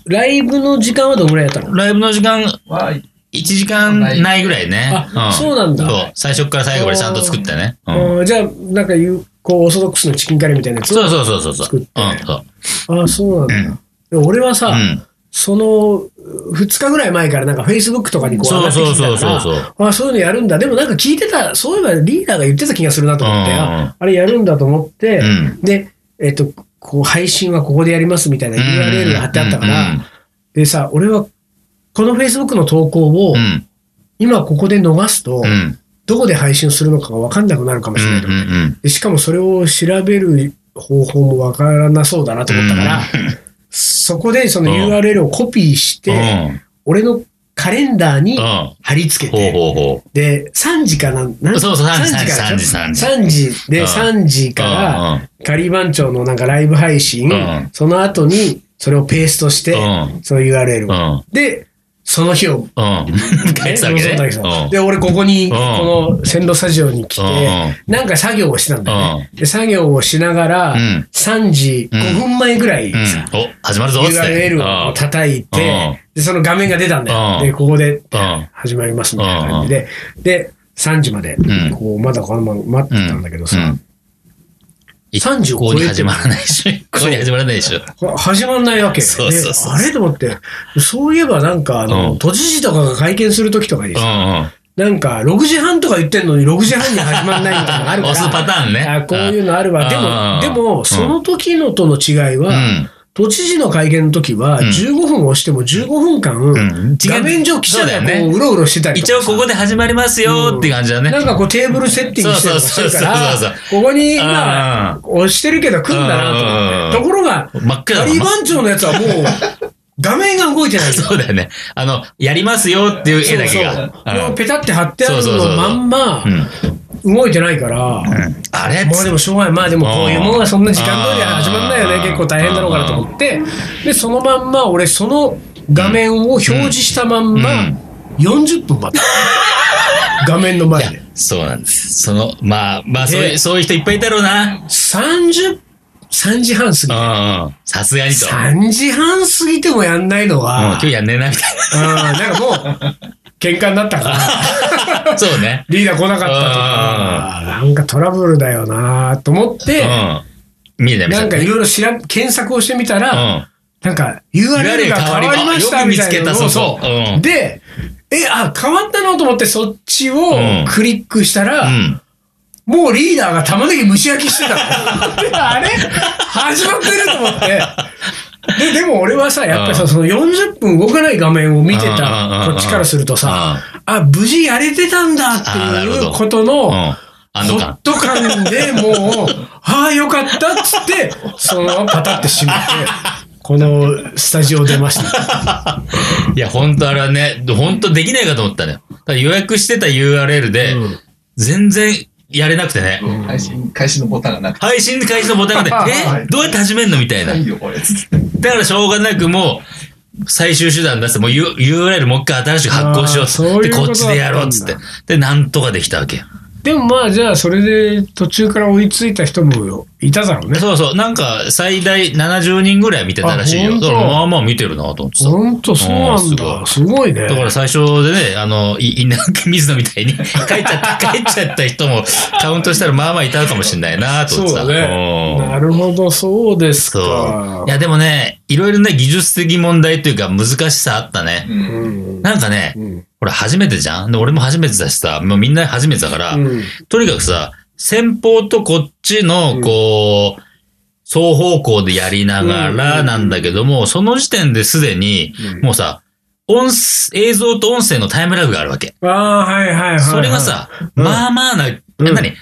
[SPEAKER 1] ライブの時間はどのぐらいやったの
[SPEAKER 2] ライブの時間
[SPEAKER 3] は、
[SPEAKER 2] 1時間ないぐらいね。
[SPEAKER 1] あそうなんだ
[SPEAKER 2] そう。最初から最後までちゃんと作ってね。うん
[SPEAKER 1] あーじゃあ、なんかいう、こう、オーソドックスのチキンカレーみたいなやつ
[SPEAKER 2] そうそうそうそうそう。
[SPEAKER 1] 作って
[SPEAKER 2] うん、そう。
[SPEAKER 1] ああ、そうなんだ。で俺はさ、
[SPEAKER 2] うん
[SPEAKER 1] その、2日ぐらい前からなんか Facebook とかにこう
[SPEAKER 2] そう
[SPEAKER 1] 上がってきてたから、
[SPEAKER 2] そうそうそう
[SPEAKER 1] ああ、そういうのやるんだ。でもなんか聞いてた、そういえばリーダーが言ってた気がするなと思って、
[SPEAKER 2] うん
[SPEAKER 1] ああれやるんだと思って、
[SPEAKER 2] うん
[SPEAKER 1] で、えっと、こう、配信はここでやりますみたいな URL が貼ってあったから、
[SPEAKER 2] うん
[SPEAKER 1] でさ、俺は、この Facebook の投稿を
[SPEAKER 2] う、ん。
[SPEAKER 1] 今ここで逃すと、
[SPEAKER 2] うん。
[SPEAKER 1] どこで配信するのかが分かんなくなるかも
[SPEAKER 2] う
[SPEAKER 1] しれないと
[SPEAKER 2] ん。うん。
[SPEAKER 1] でしかもそれを調べる方法もわからなそうだなと思ったから、そこでその
[SPEAKER 2] うん
[SPEAKER 1] URL をコピーして、
[SPEAKER 2] うん。
[SPEAKER 1] 俺のカレンダーに
[SPEAKER 2] うん
[SPEAKER 1] 貼り付け
[SPEAKER 2] ほう
[SPEAKER 1] て、
[SPEAKER 2] ほうほう。
[SPEAKER 1] で、3時かな、なん
[SPEAKER 2] そうそう3時
[SPEAKER 1] 3からでしょ
[SPEAKER 2] 3時
[SPEAKER 1] 3時で、
[SPEAKER 2] うん
[SPEAKER 1] 3時
[SPEAKER 2] う
[SPEAKER 1] か
[SPEAKER 2] ん
[SPEAKER 1] ら、カリバン長のなんかライブ配信
[SPEAKER 2] うん、
[SPEAKER 1] その後にそれをペーストして
[SPEAKER 2] う、
[SPEAKER 1] その URL
[SPEAKER 2] う
[SPEAKER 1] を。
[SPEAKER 2] ん。
[SPEAKER 1] で、その日を
[SPEAKER 2] うん。
[SPEAKER 1] ね
[SPEAKER 2] 返すわけね。
[SPEAKER 1] そうそうそう
[SPEAKER 2] うん
[SPEAKER 1] で、俺ここに、
[SPEAKER 2] ん
[SPEAKER 1] この線路スタジオに来て、なんか作業をしてたんだよね。で、作業をしながら
[SPEAKER 2] うん、
[SPEAKER 1] 3時5分前ぐらい
[SPEAKER 2] うん
[SPEAKER 1] さ、
[SPEAKER 2] お、始まるぞっつって。
[SPEAKER 1] URL を叩いて、で、その画面が出たんだよ。
[SPEAKER 2] うん
[SPEAKER 1] で、ここで
[SPEAKER 2] うん
[SPEAKER 1] 始まりますみたいな感じで、で、3時まで
[SPEAKER 2] ん、
[SPEAKER 1] こう、まだこのまま待ってたんだけど
[SPEAKER 2] う
[SPEAKER 1] さ
[SPEAKER 2] ん、
[SPEAKER 1] 30
[SPEAKER 2] こ
[SPEAKER 1] を
[SPEAKER 2] こ
[SPEAKER 1] 超え
[SPEAKER 2] に
[SPEAKER 1] て
[SPEAKER 2] 始
[SPEAKER 1] も
[SPEAKER 2] まらないでしょ。ここに始まらないでしょ。
[SPEAKER 1] は始まんないわけ。
[SPEAKER 2] そうそうそう
[SPEAKER 1] であれと思って、そういえばなんか、あの、
[SPEAKER 2] うん
[SPEAKER 1] 都知事とかが会見するときとかに
[SPEAKER 2] うんう
[SPEAKER 1] さ、
[SPEAKER 2] ん。
[SPEAKER 1] なんか、6時半とか言ってんのに6時半に始まんないみたいなのあるか ら。
[SPEAKER 2] 押すパターンね
[SPEAKER 1] あこういうのあるわ。
[SPEAKER 2] あ
[SPEAKER 1] で
[SPEAKER 2] ー
[SPEAKER 1] も、でも、その時のとの違いは、
[SPEAKER 2] うん
[SPEAKER 1] 都知事の会見の時は、
[SPEAKER 2] うん
[SPEAKER 1] 15分押しても15分間、
[SPEAKER 2] ん
[SPEAKER 1] 画面上記者
[SPEAKER 2] そ
[SPEAKER 1] が
[SPEAKER 2] うだよ
[SPEAKER 1] こ
[SPEAKER 2] ね
[SPEAKER 1] う、うろうろしてたりとか
[SPEAKER 2] 一
[SPEAKER 1] さ
[SPEAKER 2] 応ここで始まりますよって感じだね。
[SPEAKER 1] なんかこうテーブルセッティングしてるとかしてるから
[SPEAKER 2] そうそうそうそう、
[SPEAKER 1] ここに今
[SPEAKER 2] うん、
[SPEAKER 1] 押してるけど来んだなと思って。ところが、
[SPEAKER 2] 真っ暗
[SPEAKER 1] ガ
[SPEAKER 2] だ
[SPEAKER 1] リ
[SPEAKER 2] もん
[SPEAKER 1] ー番長のやつはもう、画面が動いてないんだよ
[SPEAKER 2] そうだよね。あの、やりますよっていう絵だけ
[SPEAKER 1] そう
[SPEAKER 2] が。
[SPEAKER 1] そうも
[SPEAKER 2] う
[SPEAKER 1] うんペタって貼ってあるののまんま
[SPEAKER 2] う、ん
[SPEAKER 1] 動いてないから、
[SPEAKER 2] あれ
[SPEAKER 1] まあでもしょうがない。まあでもこういうもんはそんな時間通りは始まんないよ
[SPEAKER 2] うん
[SPEAKER 1] ね。結構大変だろうからと思って、で、そのまんま、俺その画面を表示したまん
[SPEAKER 2] う
[SPEAKER 1] ま
[SPEAKER 2] ん、
[SPEAKER 1] 40分待 った。画面の前で。
[SPEAKER 2] そうなんです。その、まあ、まあ、そうい
[SPEAKER 1] で
[SPEAKER 2] う、そういう人いっぱいいたろうな。
[SPEAKER 1] 30、3時半過ぎ
[SPEAKER 2] うんうん。さすがにと。うん
[SPEAKER 1] 3時半過ぎてもやんないのは
[SPEAKER 2] 今、日やんねえな、みたい
[SPEAKER 1] うん、なんかもう、喧嘩になった から、
[SPEAKER 2] な。そうね。
[SPEAKER 1] リーダー来なかったとか、なんかトラブルだよなと思って、
[SPEAKER 2] うん。見えない、見え
[SPEAKER 1] なんか
[SPEAKER 2] ないい。
[SPEAKER 1] ろいろ調べ検索をしてみたら、
[SPEAKER 2] うん。
[SPEAKER 1] なんか URL が変わりましたみたいなのを
[SPEAKER 2] よく見つけたそうそう
[SPEAKER 1] そう
[SPEAKER 2] うん
[SPEAKER 1] で、え、あ、変わったのと思ってそっちを
[SPEAKER 2] ん
[SPEAKER 1] クリックしたら、
[SPEAKER 2] うん。
[SPEAKER 1] もうリーダーが玉ねぎ蒸し焼きしてたの であれ始まってると思って。で、でも俺はさ、やっぱり
[SPEAKER 2] う
[SPEAKER 1] さ、
[SPEAKER 2] ん
[SPEAKER 1] その40分動かない画面を見て
[SPEAKER 2] うんうんうん
[SPEAKER 1] た
[SPEAKER 2] う
[SPEAKER 1] こ
[SPEAKER 2] ん
[SPEAKER 1] っちからするとさ、あ、無事やれてたんだって
[SPEAKER 2] あーなる
[SPEAKER 1] い
[SPEAKER 2] ほ
[SPEAKER 1] う
[SPEAKER 2] ど
[SPEAKER 1] こと
[SPEAKER 2] う
[SPEAKER 1] の、
[SPEAKER 2] ん。あ
[SPEAKER 1] ホ
[SPEAKER 2] の
[SPEAKER 1] ッ
[SPEAKER 2] 感。
[SPEAKER 1] ト感でもう、ああ、よかったっつって、そのままパタってしまって、このスタジオ出ました。
[SPEAKER 2] いや、本当あれはね、本当できないかと思ったね。だから予約してた URL で
[SPEAKER 1] うん、
[SPEAKER 2] 全然やれなくてね。
[SPEAKER 3] 配信、開始のボタンがなくて、
[SPEAKER 2] 配信開始のボタンで
[SPEAKER 1] は、
[SPEAKER 2] え
[SPEAKER 1] い
[SPEAKER 2] どうやって始めんのみたいな
[SPEAKER 3] な。いよ、これ、つって。
[SPEAKER 2] だからしょうがなくもう、最終手段出して、もう U- URL もう一回新しく発行しようっつ
[SPEAKER 1] あーそう
[SPEAKER 2] って、
[SPEAKER 1] いう
[SPEAKER 2] で
[SPEAKER 1] こと
[SPEAKER 2] こ
[SPEAKER 1] だ
[SPEAKER 2] っちでやろうっつって
[SPEAKER 1] だ。
[SPEAKER 2] で、なんとかできたわけ。
[SPEAKER 1] でもまあ、じゃあ、それで途中から追いついた人もいただろうね。
[SPEAKER 2] そうそう、なんか最大70人ぐらい見てたらしい
[SPEAKER 1] あ
[SPEAKER 2] よ。
[SPEAKER 1] 本当
[SPEAKER 2] だからまあまあ見てるなと思ってさ。
[SPEAKER 1] ほんと、そうなん
[SPEAKER 2] う
[SPEAKER 1] だ。
[SPEAKER 2] ん
[SPEAKER 1] すごいね。
[SPEAKER 2] だから最初でね、あの、い、いなく水野みたいに 帰っちゃった、帰っちゃった人もカウントしたらまあまあいたのかもしれないなと
[SPEAKER 1] そ
[SPEAKER 2] 思っ
[SPEAKER 1] う
[SPEAKER 2] てさ。
[SPEAKER 1] だね。
[SPEAKER 2] うん
[SPEAKER 1] なるほど、そうです
[SPEAKER 2] そう
[SPEAKER 1] か。
[SPEAKER 2] いやでもね、いろいろね、技術的問題というか難しさあったね。
[SPEAKER 3] うん
[SPEAKER 1] うん。
[SPEAKER 2] なんかね、
[SPEAKER 1] うん。
[SPEAKER 2] ほら、初めてじゃんで、俺も初めてだしさ、もうみんな初めてだから、
[SPEAKER 1] うん
[SPEAKER 2] とにかくさ、先方とこっちの、こう、双方向でやりながらなんだけども、その時点ですでに、
[SPEAKER 1] うん
[SPEAKER 2] もうさ、音声、映像と音声のタイムラグがあるわけ。
[SPEAKER 1] ああ、はいはいはいはい。
[SPEAKER 2] それがさ、
[SPEAKER 1] うん
[SPEAKER 2] まあまあな、え
[SPEAKER 1] うん
[SPEAKER 2] 何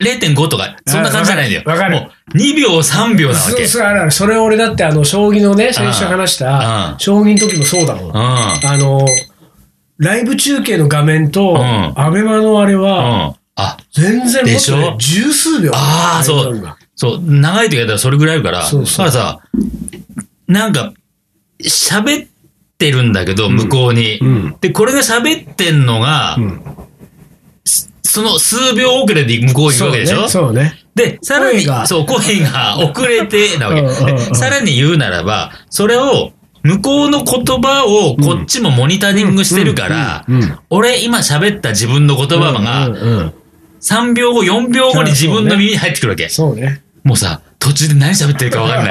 [SPEAKER 2] ?0.5 とか、そんな感じじゃないんだよ。
[SPEAKER 1] わかるわ
[SPEAKER 2] もう、2秒、3秒なわ
[SPEAKER 1] そ
[SPEAKER 2] け。
[SPEAKER 1] うそう、あるある。それ俺だって、あの、将棋のね、先週話し
[SPEAKER 2] う
[SPEAKER 1] た
[SPEAKER 2] ん、
[SPEAKER 1] 将棋の時もそうだもん。
[SPEAKER 2] う
[SPEAKER 1] あの、ライブ中継の画面と、
[SPEAKER 2] ん
[SPEAKER 1] アベマのあれ
[SPEAKER 2] ん。
[SPEAKER 1] は、
[SPEAKER 2] うん。あ、
[SPEAKER 1] 全然
[SPEAKER 2] でしょ
[SPEAKER 1] もっとね十数秒。
[SPEAKER 2] あーそう
[SPEAKER 1] ライブなんだ
[SPEAKER 2] そう、長い時やったらそれぐらいあるから、
[SPEAKER 1] そうそう
[SPEAKER 2] だからさ、なんか、喋ってるんだけど、向こうに。
[SPEAKER 1] うん
[SPEAKER 2] で、これが喋ってんのが、
[SPEAKER 1] うん
[SPEAKER 2] その数秒遅れで向こうに行くわけでしょ、
[SPEAKER 1] そうね。
[SPEAKER 2] で、さらに、
[SPEAKER 1] 声が
[SPEAKER 2] そう、声が遅れてなわけ。
[SPEAKER 1] うんうんうん
[SPEAKER 2] で さらに言うならば、それを、向こうの言葉をこっちもモニタリングしてるから、
[SPEAKER 1] うんうんうんうん
[SPEAKER 2] 俺今喋った自分の言葉
[SPEAKER 1] う
[SPEAKER 2] が
[SPEAKER 1] んうんうん
[SPEAKER 2] 3秒後、4秒後に自分の耳に入ってくるわけ。
[SPEAKER 1] そうね。
[SPEAKER 2] もうさ、途中で何喋ってるか分かんない。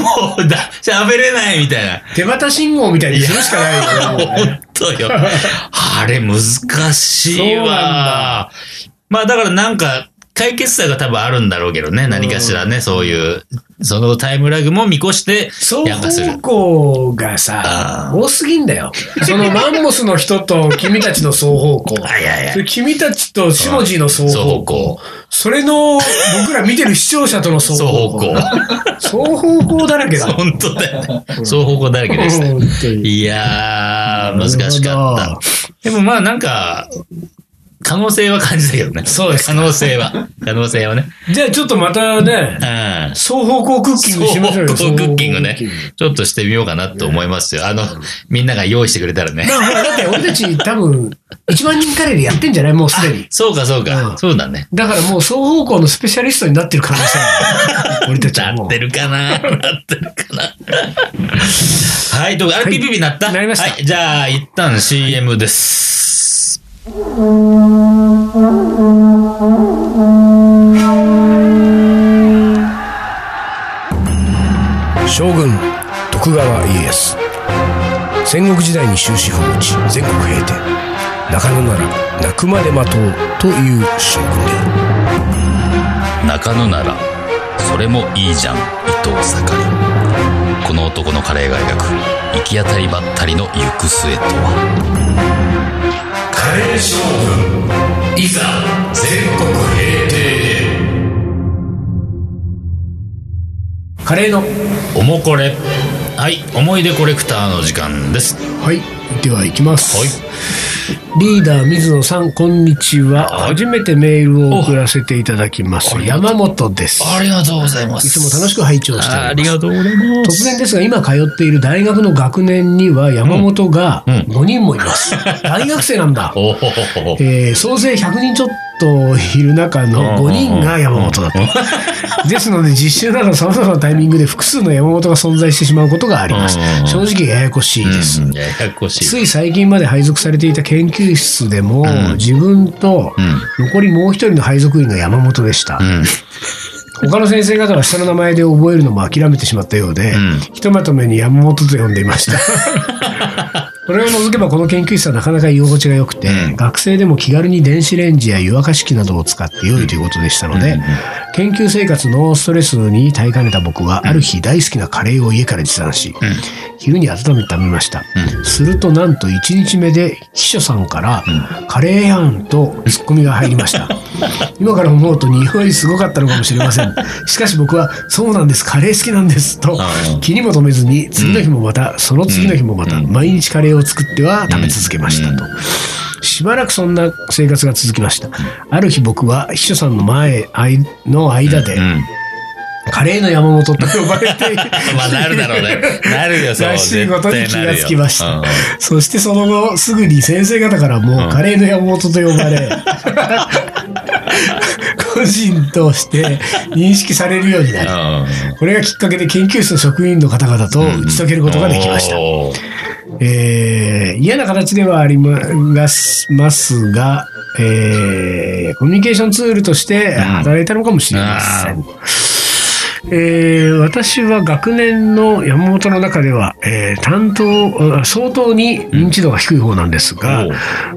[SPEAKER 2] もうだ、喋れないみたいな。
[SPEAKER 1] 手旗信号みたいにするしかない よね。
[SPEAKER 2] 本当よ。あれ難しい
[SPEAKER 1] そう
[SPEAKER 2] わ
[SPEAKER 1] な。
[SPEAKER 2] まあだからなんか、解決策が多分あるんだろうけどね。何かしらね、そういう、そのタイムラグも見越して、
[SPEAKER 1] 双
[SPEAKER 2] やんかする
[SPEAKER 1] 方。向がさ、多すぎんだよ。そのマンモスの人と君たちの双方 向。
[SPEAKER 2] あいやいや
[SPEAKER 1] それ君たちと下地の双
[SPEAKER 2] 双
[SPEAKER 1] 方
[SPEAKER 2] 方
[SPEAKER 1] 向
[SPEAKER 2] 向。
[SPEAKER 1] それの僕ら見てる視聴者との双
[SPEAKER 2] 双
[SPEAKER 1] 方
[SPEAKER 2] 方
[SPEAKER 1] 向。
[SPEAKER 2] 向。
[SPEAKER 1] 双方向だらけだ。
[SPEAKER 2] 本当だよね。双方向だらけでした。
[SPEAKER 1] 本当に
[SPEAKER 2] いやー、難しかっ
[SPEAKER 1] なる
[SPEAKER 2] た
[SPEAKER 1] ほ。
[SPEAKER 2] でもまあなんか、可能性は感じたけどね。そうです。可能性は。可能性はね。
[SPEAKER 1] じゃあちょっとまたね、
[SPEAKER 2] うん。
[SPEAKER 1] 双方向クッキングしましょうよ。
[SPEAKER 2] 双方向クッキングね
[SPEAKER 1] 双方向クッキング。
[SPEAKER 2] ちょっとしてみようかなと思いますよ。あの、みんなが用意してくれたらね
[SPEAKER 1] ま。あほらだって俺たち多分、1万人カレーでやってんじゃないもうすでに。
[SPEAKER 2] そうか、そう
[SPEAKER 1] うん
[SPEAKER 2] か。そうだね。
[SPEAKER 1] だからもう双方向のスペシャリストになってる可能性ある。俺たちは
[SPEAKER 2] な
[SPEAKER 1] も
[SPEAKER 2] っ
[SPEAKER 1] う
[SPEAKER 2] て。るかななってるかなはい、ということで、RPPB なった
[SPEAKER 1] なりました
[SPEAKER 2] はい、じゃあ、一旦 CM です。
[SPEAKER 4] 「戦国時代に終止符を打ち全国平定中野なら泣くまで待とうという証拠である
[SPEAKER 2] 中野ならそれもいいじゃん伊藤盛りこの男のカレーが描く行き当たりばったりの行く末とは
[SPEAKER 4] カレー将軍いざ全国平定
[SPEAKER 1] カレーの
[SPEAKER 2] おもこれはい思い出コレクターの時間です
[SPEAKER 1] はいでは行きます、リーダー水野さんこんにちは初めてメールを送らせていただきます山本です
[SPEAKER 2] ありがとうございま
[SPEAKER 1] い
[SPEAKER 2] す
[SPEAKER 1] つも楽しく拝聴しております
[SPEAKER 2] ありがとうございま
[SPEAKER 1] 突
[SPEAKER 2] す
[SPEAKER 1] 然ですが今通っている大学の学年には山本が
[SPEAKER 2] うんうん
[SPEAKER 1] 5人もい ます、大学生なんだ、
[SPEAKER 2] おほほほ
[SPEAKER 1] えー総勢100人ちょっといる中の5人が山本だと ですので実習などさまざまなタイミングで複数の山本が存在してしまうことがあります
[SPEAKER 2] うんうんうん
[SPEAKER 1] 正直ややこしいです、
[SPEAKER 2] うんややこしい
[SPEAKER 1] つい最近まで配属されていた研究室でも、
[SPEAKER 2] ん
[SPEAKER 1] 自分と
[SPEAKER 2] うん
[SPEAKER 1] 残りもう一人の配属員が山本でした、
[SPEAKER 2] うん
[SPEAKER 1] 他の先生方は下の名前で覚えるのも諦めてしまったようで、
[SPEAKER 2] うん
[SPEAKER 1] ひとまとめに山本と呼んでいました。これを除けばこの研究室はなかなか居心地が良くて、
[SPEAKER 2] うん
[SPEAKER 1] 学生でも気軽に電子レンジや湯沸かし器などを使って良いということでしたので、研究生活のストレスに耐えかねた僕は、ある日大好きなカレーを家から持参し、昼に温めて食べました。するとなんと1日目で秘書さんから、カレーやんとツッコミが入りま した。今から思うと匂いすごかったのかもしれません。しかし僕は、そうなんです、カレー好きなんですと
[SPEAKER 2] うん、
[SPEAKER 1] 気にも留めずに、次の日もまた、その次の日もまた、毎日カレーを作っては食べ続けましたと。しばらくそんな生活が続きました。ある日僕は秘書さんの前あいの間で
[SPEAKER 2] う、ん
[SPEAKER 1] カレーの山本と呼ばれ ている
[SPEAKER 2] まあなるだろう ねなるよそう
[SPEAKER 1] らしいことに気がつきまし
[SPEAKER 2] う
[SPEAKER 1] た
[SPEAKER 2] ん。
[SPEAKER 1] そしてその後、すぐに先生方からも、カレーの山本と呼ば れ、個人として認識されるようになり、
[SPEAKER 2] う
[SPEAKER 1] これがきっかけで研究室の職員の方々と
[SPEAKER 2] ん
[SPEAKER 1] 打ち解けることができました。
[SPEAKER 2] おー
[SPEAKER 1] えー嫌な形ではありますが、えーコミュニケーションツールとして働いたのかもしれません。えー私は学年の山本の中では、えー担当、あ相当に認知度が低い方なんですが、
[SPEAKER 2] おう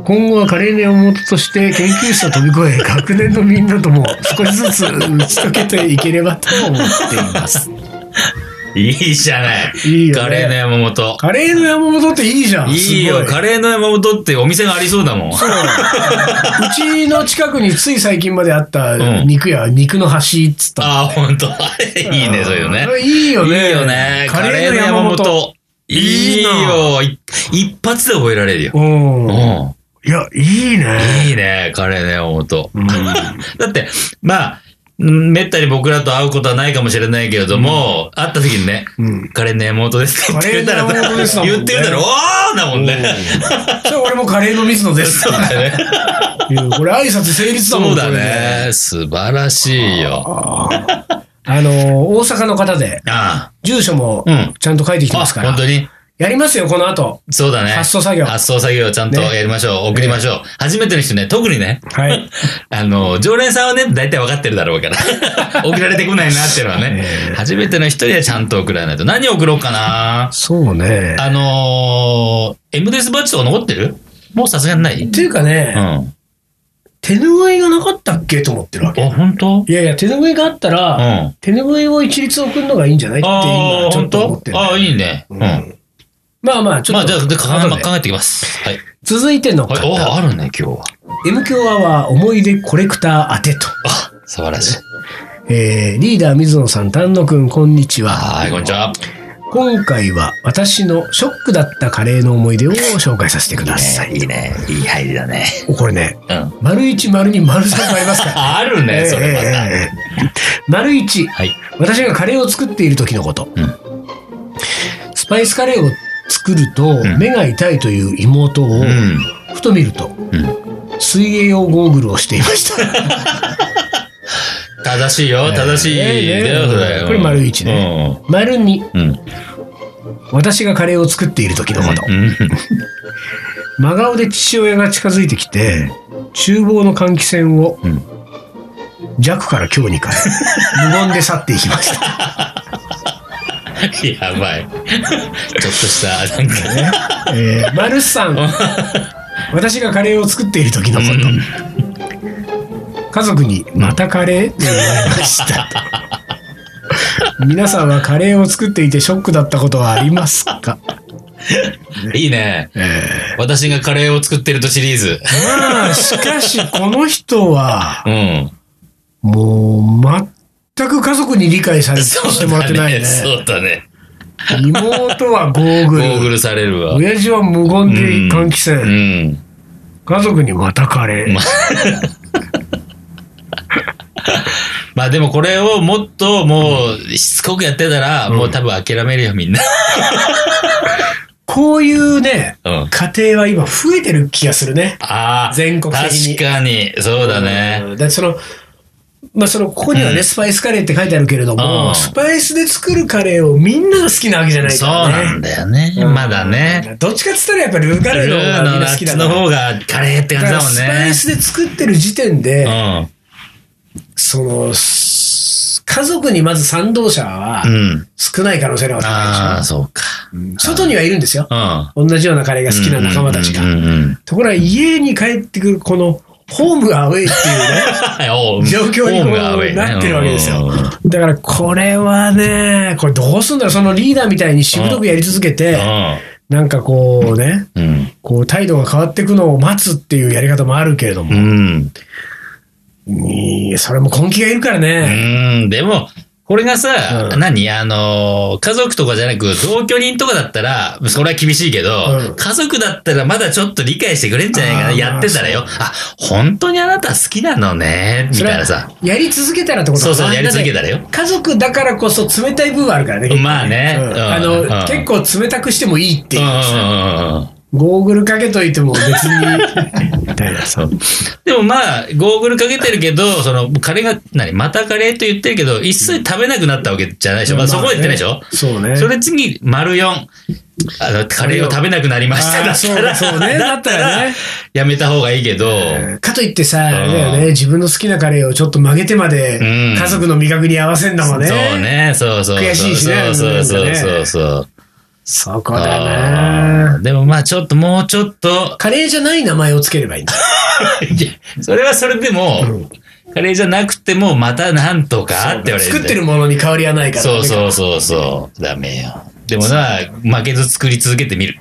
[SPEAKER 1] 今後はカレーの山本として研究室を飛び越え、 学年のみんなとも少しずつ打ち解けていければと思ってい ます。
[SPEAKER 2] いいじゃない。
[SPEAKER 1] いいよね
[SPEAKER 2] カレーの山本。
[SPEAKER 1] カレーの山本っていいじゃん。
[SPEAKER 2] いい
[SPEAKER 1] すご
[SPEAKER 2] よ、カレーの山本ってお店がありそうだもん。
[SPEAKER 1] うちの近くについ最近まであった
[SPEAKER 2] うん
[SPEAKER 1] 肉屋、肉の橋っつった。
[SPEAKER 2] ああ、ほんと。あれ いいね、そういうのね。
[SPEAKER 1] いいよね。
[SPEAKER 2] いいよね。カレーの山本。いいよ。い一発で覚えられるよ。
[SPEAKER 1] うん。
[SPEAKER 2] う
[SPEAKER 1] いや、いい
[SPEAKER 2] ん。
[SPEAKER 1] ね。
[SPEAKER 2] いいね、カレーの山本。
[SPEAKER 1] うん
[SPEAKER 2] だって、まあ、めったに僕らと会うことはないかもしれないけれども、会った時にね、
[SPEAKER 1] うん
[SPEAKER 2] カレーの山本ですかって言ったら、
[SPEAKER 1] カレーの山本ですだもんね
[SPEAKER 2] 言って言うたら、おーだもんね。
[SPEAKER 1] それ俺もカレーの水野です。
[SPEAKER 2] そうだ ね。
[SPEAKER 1] いうこれ挨拶成立だもん
[SPEAKER 2] そうだ。
[SPEAKER 1] これ
[SPEAKER 2] ね。素晴らしいよ。
[SPEAKER 1] あの、大阪の方で、
[SPEAKER 2] あ
[SPEAKER 1] 住所も
[SPEAKER 2] うん
[SPEAKER 1] ちゃんと書いてきて
[SPEAKER 2] あ。あ、
[SPEAKER 1] ますから
[SPEAKER 2] 本。当に
[SPEAKER 1] やりますよ、この後。
[SPEAKER 2] そうだね。
[SPEAKER 1] 発送作業
[SPEAKER 2] 発送作業をちゃんと
[SPEAKER 1] ね
[SPEAKER 2] やりましょう。送りましょう。初めての人ね、特にね、
[SPEAKER 1] はい。
[SPEAKER 2] あの、常連さんはね、大体分かってるだろうから。 送られてこないなっていうのはね。初めての人にはちゃんと送らないと。何送ろうかな
[SPEAKER 1] そうね。
[SPEAKER 2] あのー、M デスバッジとか残ってるもうさすがにないうん。
[SPEAKER 1] っていうかね、
[SPEAKER 2] あ、
[SPEAKER 1] 手拭いがなかったっけと思ってるわけ。
[SPEAKER 2] 本当うん。
[SPEAKER 1] いやいや、手拭いがあったら、
[SPEAKER 2] あ
[SPEAKER 1] 手ぬぐいを一律送るのがいいんじゃないって
[SPEAKER 2] あ
[SPEAKER 1] 今
[SPEAKER 2] ー、
[SPEAKER 1] ちょ
[SPEAKER 2] 本
[SPEAKER 1] っと思
[SPEAKER 2] 当
[SPEAKER 1] ってる、
[SPEAKER 2] ああ、いいね。うん。
[SPEAKER 1] まあまあちょ
[SPEAKER 2] ま
[SPEAKER 1] っ
[SPEAKER 2] あ、
[SPEAKER 1] と、
[SPEAKER 2] じゃあ、で考え
[SPEAKER 1] 後
[SPEAKER 2] ま
[SPEAKER 1] で
[SPEAKER 2] 考えてきます。はい。
[SPEAKER 1] 続いての
[SPEAKER 2] はい、おおー、
[SPEAKER 1] 方
[SPEAKER 2] あるね、今日は。
[SPEAKER 1] 「M 強アワー思い出コレクター宛てと」
[SPEAKER 2] あ、素晴らしい。
[SPEAKER 1] えーリーダー水野さん丹野くんこんにちは
[SPEAKER 2] はい、こんにちは。
[SPEAKER 1] 今回は私のショックだったカレーの思い出を紹介させてください
[SPEAKER 2] いいね。いい入りだね。
[SPEAKER 1] おこれね
[SPEAKER 2] うん。
[SPEAKER 1] 丸一丸二丸三もありますから
[SPEAKER 2] ある ね、それま
[SPEAKER 1] ええ
[SPEAKER 2] た。
[SPEAKER 1] ええええ丸一
[SPEAKER 2] はい。
[SPEAKER 1] 私がカレーを作っている時のこと、
[SPEAKER 2] うん
[SPEAKER 1] スパイスカレーを作ると
[SPEAKER 2] ん
[SPEAKER 1] 目が痛いという妹を
[SPEAKER 2] うん。
[SPEAKER 1] ふと見ると、水泳用ゴーグルをしていま した。
[SPEAKER 2] 正しいよ、正しい。
[SPEAKER 1] ええ
[SPEAKER 2] だよ、それ。
[SPEAKER 1] これ丸一
[SPEAKER 2] ね。
[SPEAKER 1] 丸2、
[SPEAKER 2] うん。うん。
[SPEAKER 1] 私がカレーを作っている時のこと。
[SPEAKER 2] うん
[SPEAKER 1] 真顔で父親が近づいてきて、厨房の換気扇を
[SPEAKER 2] うん
[SPEAKER 1] 弱から強に変え、無言で去っていきました。
[SPEAKER 2] やばい。ちょ っとした、なんかね。
[SPEAKER 1] えー、マルス さん私がカレーを作っている時のこと家族に「またカレー?」って言われま したと皆さんはカレーを作っていてショックだったことはありますか
[SPEAKER 2] いいね。私がカレーを作ってるとシリーズ。
[SPEAKER 1] まあしかしこの人は
[SPEAKER 2] うん。
[SPEAKER 1] もう全く家族に理解されしてもらってないね
[SPEAKER 2] そうだね。
[SPEAKER 1] 妹はゴー
[SPEAKER 2] ゴ
[SPEAKER 1] グル
[SPEAKER 2] ーグルされるわ。
[SPEAKER 1] 親父は無言で換気扇、
[SPEAKER 2] うん。
[SPEAKER 1] 家族にまたカレー、
[SPEAKER 2] ままあでもこれをもっともうしつこくやってたら、もう多分諦めるよみんな。
[SPEAKER 1] こういうね
[SPEAKER 2] うん。あ
[SPEAKER 1] 家庭は今増えてる気がするね
[SPEAKER 2] あ。
[SPEAKER 1] 全国的に
[SPEAKER 2] 確かに。そうだね。
[SPEAKER 1] うんだってそのまあそのここにはね、
[SPEAKER 2] うん
[SPEAKER 1] スパイスカレーって書いてあるけれども、
[SPEAKER 2] うん
[SPEAKER 1] スパイスで作るカレーをみんなが好きなわけじゃない
[SPEAKER 2] そ
[SPEAKER 1] か
[SPEAKER 2] う
[SPEAKER 1] らね
[SPEAKER 2] なんだよね。まだね。
[SPEAKER 1] どっちかっつったらやっぱルーカレー
[SPEAKER 2] ル
[SPEAKER 1] の
[SPEAKER 2] ー
[SPEAKER 1] 方がみ
[SPEAKER 2] の
[SPEAKER 1] んな好きだ
[SPEAKER 2] 夏
[SPEAKER 1] か
[SPEAKER 2] の
[SPEAKER 1] ら
[SPEAKER 2] 方がカレーって
[SPEAKER 1] だ
[SPEAKER 2] 感
[SPEAKER 1] か
[SPEAKER 2] じだ
[SPEAKER 1] らス
[SPEAKER 2] もんね。
[SPEAKER 1] パイスで作ってる時点で、
[SPEAKER 2] うん。
[SPEAKER 1] そのす家族にまず賛同者は
[SPEAKER 2] うん。
[SPEAKER 1] 少ない可能性が
[SPEAKER 2] あ
[SPEAKER 1] 高い
[SPEAKER 2] あ、
[SPEAKER 1] でし
[SPEAKER 2] そうか。
[SPEAKER 1] ょ外にはいるんですよ
[SPEAKER 2] うん。
[SPEAKER 1] 同じようなカレーが好きな仲間たちが、
[SPEAKER 2] うんうんうん うん。
[SPEAKER 1] ところが家に帰ってくるこのホームがアウェイっていうね
[SPEAKER 2] おう
[SPEAKER 1] 状況に
[SPEAKER 2] ホー
[SPEAKER 1] こ
[SPEAKER 2] ムがアウェイ
[SPEAKER 1] う
[SPEAKER 2] ね
[SPEAKER 1] なってるわけですよ
[SPEAKER 2] うん。
[SPEAKER 1] だからこれはね、これどうすんだろう、そのリーダーみたいにしぶとくやり続けて、なんかこうね、
[SPEAKER 2] うん。
[SPEAKER 1] こう態度が変わっていくのを待つっていうやり方もあるけれど
[SPEAKER 2] う
[SPEAKER 1] も、
[SPEAKER 2] ん。
[SPEAKER 1] いやそれも根気がいるから
[SPEAKER 2] う
[SPEAKER 1] ね。
[SPEAKER 2] ん。でも、これがさ、
[SPEAKER 1] うん
[SPEAKER 2] 何あのー、家族とかじゃなく、同居人とかだったら、それは厳しいけど、
[SPEAKER 1] うん
[SPEAKER 2] 家族だったらまだちょっと理解してくれんじゃないかな、
[SPEAKER 1] あー
[SPEAKER 2] やってたらよ。あ、本当にあなた好きなのね、み
[SPEAKER 1] それ
[SPEAKER 2] たいな
[SPEAKER 1] は
[SPEAKER 2] さ。
[SPEAKER 1] やり続けたらってことか
[SPEAKER 2] そうそう、やり続けたらよ。
[SPEAKER 1] 家族だからこそ冷たい部分はあるからね。結構
[SPEAKER 2] まあね
[SPEAKER 1] うん
[SPEAKER 2] うん
[SPEAKER 1] あ
[SPEAKER 2] うん
[SPEAKER 1] の、結構冷たくしてもいいって
[SPEAKER 2] う
[SPEAKER 1] い
[SPEAKER 2] ん
[SPEAKER 1] う
[SPEAKER 2] うんう
[SPEAKER 1] さ。
[SPEAKER 2] んうんうん。
[SPEAKER 1] ゴーグルかけといても別に、みたいなさ。
[SPEAKER 2] でもまあ、ゴーグルかけてるけど、その、カレーが、何またカレーと言ってるけど、一切食べなくなったわけじゃないでしょ。まあ、そこは言ってないでしょ。
[SPEAKER 1] そうね。
[SPEAKER 2] それ次、丸4。あの、カレーを食べなくなりました。
[SPEAKER 1] あー
[SPEAKER 2] だったら、
[SPEAKER 1] そうそうね
[SPEAKER 2] だった
[SPEAKER 1] だったら
[SPEAKER 2] ら
[SPEAKER 1] ね、
[SPEAKER 2] やめた方がいいけど、
[SPEAKER 1] かといってさ、あれだよ
[SPEAKER 2] うん
[SPEAKER 1] ね、自分の好きなカレーをちょっと曲げてまで、
[SPEAKER 2] うん
[SPEAKER 1] 家族の味覚に合わせんだもんね。
[SPEAKER 2] そうね、そうそうそう。
[SPEAKER 1] 悔しいしね
[SPEAKER 2] そうそうそうそう。
[SPEAKER 1] そこだ
[SPEAKER 2] あ
[SPEAKER 1] な
[SPEAKER 2] ーでもまあ、ちょっと、もうちょっと、
[SPEAKER 1] カレーじゃない名前をつければいいんだ。
[SPEAKER 2] いやそれはそれでも、カレーじゃなくても、またなんとかって言われる。
[SPEAKER 1] 作ってるものに香りはないから。
[SPEAKER 2] そうそうそうそう。ダメよ。でもな、負けず作り続けてみる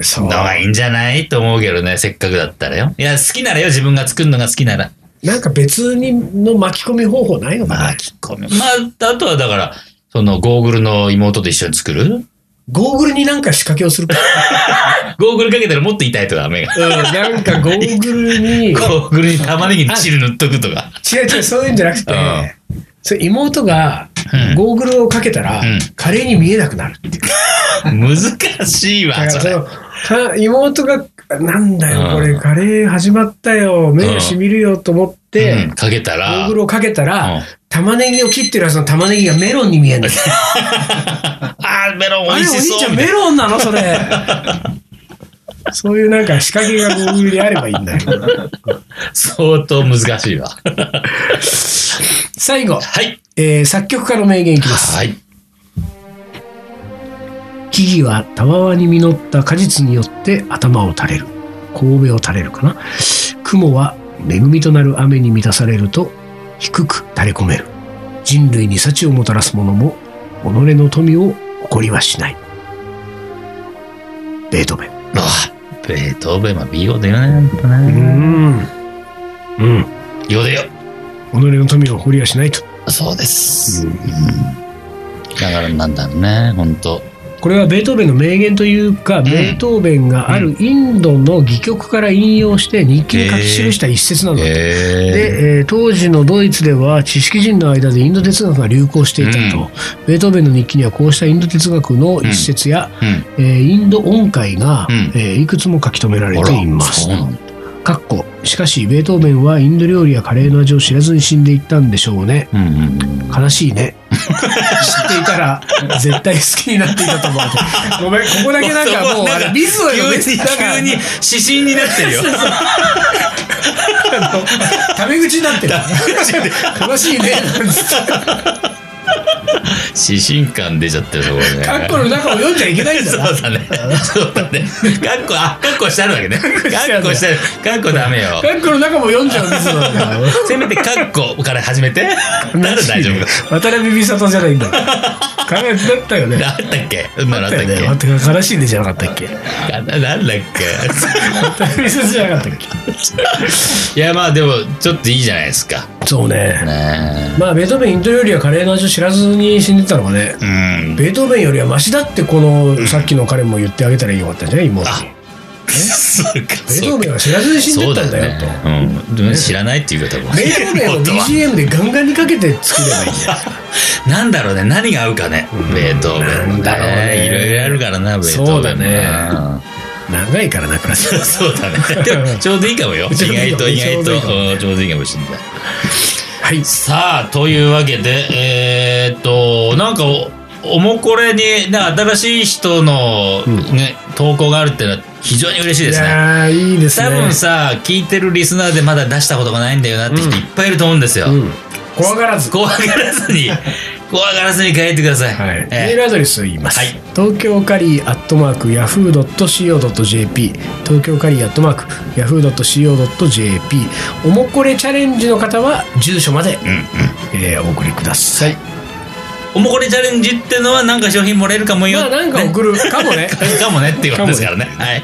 [SPEAKER 1] そう
[SPEAKER 2] のがいいんじゃないと思うけどね、せっかくだったらよ。いや、好きならよ、自分が作るのが好きなら。
[SPEAKER 1] なんか別にの巻き込み方法ないのかな、
[SPEAKER 2] 巻き込む。まあ、あとはだから、その、ゴーグルの妹と一緒に作る
[SPEAKER 1] ゴーグルになんか仕掛けをするか。
[SPEAKER 2] ゴーグルかけたらもっと痛いと か、目が。
[SPEAKER 1] うん、なんかゴーグルに。 違う
[SPEAKER 2] ゴーグルに玉ねぎに汁塗っとくとか。
[SPEAKER 1] 違う、そういうんじゃなくて、
[SPEAKER 2] うん
[SPEAKER 1] それ妹が
[SPEAKER 2] うん
[SPEAKER 1] ゴーグルをかけたら、
[SPEAKER 2] うん
[SPEAKER 1] カレーに見えなくなる。
[SPEAKER 2] 難しいわ、
[SPEAKER 1] だ
[SPEAKER 2] そ
[SPEAKER 1] か
[SPEAKER 2] れ。
[SPEAKER 1] らそのか妹が「なんだ
[SPEAKER 2] う
[SPEAKER 1] よ
[SPEAKER 2] ん
[SPEAKER 1] これカレー始まったよ目がしみるよ」と思って、
[SPEAKER 2] うんかけた
[SPEAKER 1] ゴ
[SPEAKER 2] ら
[SPEAKER 1] ーグ、ルをかけたら、
[SPEAKER 2] うん
[SPEAKER 1] 玉ねぎを切ってるはずの玉ねぎがメロンに見えるんだよ
[SPEAKER 2] あー、メロン
[SPEAKER 1] あ
[SPEAKER 2] 美
[SPEAKER 1] れ
[SPEAKER 2] 味
[SPEAKER 1] お
[SPEAKER 2] し
[SPEAKER 1] 兄ち
[SPEAKER 2] そ
[SPEAKER 1] ゃん
[SPEAKER 2] う。み
[SPEAKER 1] メ
[SPEAKER 2] たいな
[SPEAKER 1] ロンなのそれそういうなんか仕掛けがゴーグルであればいいんだよ
[SPEAKER 2] 相当難しいわ。
[SPEAKER 1] 最後、
[SPEAKER 2] はい。
[SPEAKER 1] えー作曲家の名言いきます
[SPEAKER 2] はい。
[SPEAKER 1] 木々はたわわに実った果実によって頭を垂れる神戸を垂れるかな雲は恵みとなる雨に満たされると低く垂れ込める人類に幸をもたらす者も己の富を誇りはしないベートーベン
[SPEAKER 2] ああ、ベートーベンは B 語で言わないんだな。
[SPEAKER 1] うんうん
[SPEAKER 2] よでよ。
[SPEAKER 1] 己の富を誇りはしないと
[SPEAKER 2] そうです。うんだからなんだろうね、本当。
[SPEAKER 1] これはベートーベンの名言というか、
[SPEAKER 2] ん
[SPEAKER 1] ベートーベンがあるインドの戯曲から引用して日記に書き記した一節なんだと
[SPEAKER 2] え
[SPEAKER 1] で、えー当時のドイツでは知識人の間でインド哲学が流行していたと、
[SPEAKER 2] う
[SPEAKER 1] ベートーベンの日記にはこうしたインド哲学の一節や、
[SPEAKER 2] うん。
[SPEAKER 1] えーインド音階が、
[SPEAKER 2] うん
[SPEAKER 1] えーいくつも書き留められています
[SPEAKER 2] そうなんだ。
[SPEAKER 1] かっこしかしベートーベンはインド料理やカレーの味を知らずに死んでいったんでしょうね
[SPEAKER 2] うんうん
[SPEAKER 1] 悲しい ね知っていたら絶対好きになっていたと思うごめんここだけなんかもうあ れ水野よ
[SPEAKER 2] 急 に、
[SPEAKER 1] だから
[SPEAKER 2] 急に指針になってるよ。
[SPEAKER 1] あのタメ口になってる悲しいねなんつって
[SPEAKER 2] 指針感出ちゃってるところね。
[SPEAKER 1] カッコの中を読んじゃいけないんだ
[SPEAKER 2] そう
[SPEAKER 1] な。
[SPEAKER 2] だね。そうだね。カッコ、あ、カッコしてあるわけね。
[SPEAKER 1] し
[SPEAKER 2] カ
[SPEAKER 1] てあ
[SPEAKER 2] ッ
[SPEAKER 1] る
[SPEAKER 2] コしてある。カッコダメよ
[SPEAKER 1] カ。ッコの中も読んじゃう水野なんだよ。
[SPEAKER 2] せめてカッコから始めて。なら大丈夫か。
[SPEAKER 1] 渡辺美里じゃないんだから。考えてだったよね。
[SPEAKER 2] あったっけうんなのあったっ
[SPEAKER 1] だ
[SPEAKER 2] け
[SPEAKER 1] よね。待って悲しいんでじゃなかったっけ
[SPEAKER 2] あななんだっけ
[SPEAKER 1] 渡辺美里じゃなかったっ
[SPEAKER 2] いや、まあでも、ちょっといいじゃないですか。
[SPEAKER 1] けそうね。
[SPEAKER 2] ね
[SPEAKER 1] まあ、ベートーベンインドよりはカレーの味を知らずに死んでたのがね。
[SPEAKER 2] えうん。
[SPEAKER 1] ベートーベンよりはマシだってこのさっきの彼も言ってあげたらよかったんじゃない妹に。
[SPEAKER 2] そうか。
[SPEAKER 1] ベー
[SPEAKER 2] そ
[SPEAKER 1] トー
[SPEAKER 2] う
[SPEAKER 1] ベン
[SPEAKER 2] か
[SPEAKER 1] は知らずに死んで
[SPEAKER 2] そう
[SPEAKER 1] った
[SPEAKER 2] だ
[SPEAKER 1] んだよと。
[SPEAKER 2] ね。うん。でも知らないっていうか、多分。
[SPEAKER 1] ベートーベンを
[SPEAKER 2] 元は
[SPEAKER 1] BGM でガンガンにかけて作ればいいんだよ
[SPEAKER 2] なんだろうね、何が合うかね、ベートーベンのね。
[SPEAKER 1] なんだろうね
[SPEAKER 2] いろいろあるからな、ベートーベンも
[SPEAKER 1] そうだ
[SPEAKER 2] な。
[SPEAKER 1] 長いからなくなっちゃう
[SPEAKER 2] そうだね。でも、ちょうどいいかもよ。
[SPEAKER 1] ちょう
[SPEAKER 2] 意
[SPEAKER 1] どいいか
[SPEAKER 2] 外
[SPEAKER 1] も
[SPEAKER 2] と、意外と、
[SPEAKER 1] ちょうどいい
[SPEAKER 2] うんちょうどいいかもしれない。
[SPEAKER 1] はい
[SPEAKER 2] さあ、というわけで、えーっと、なんかお、おもこれに、ね、新しい人の、ね、投稿があるっていうのは非常に嬉しい
[SPEAKER 1] い
[SPEAKER 2] ですね。
[SPEAKER 1] やーいいですね
[SPEAKER 2] 多分さ、聞いてるリスナーでまだ出したことがないんだよなって人いっぱいいると思うんですよ。
[SPEAKER 1] うん、怖がらず
[SPEAKER 2] 怖がらずに、怖がらずに書いてください。
[SPEAKER 1] はい、
[SPEAKER 2] ええ
[SPEAKER 1] メールアドレスを言います、
[SPEAKER 2] はい
[SPEAKER 1] 東京カリーアットマークヤフー .co.jp 東京カリーアットマークヤフー .co.jp おもこれチャレンジの方は住所まで、えーお送りください、
[SPEAKER 2] おもこれチャレンジってのはなんか商品もらえるかもよ。
[SPEAKER 1] まあなんか送るかもね
[SPEAKER 2] か もねっていうことですからね。はい。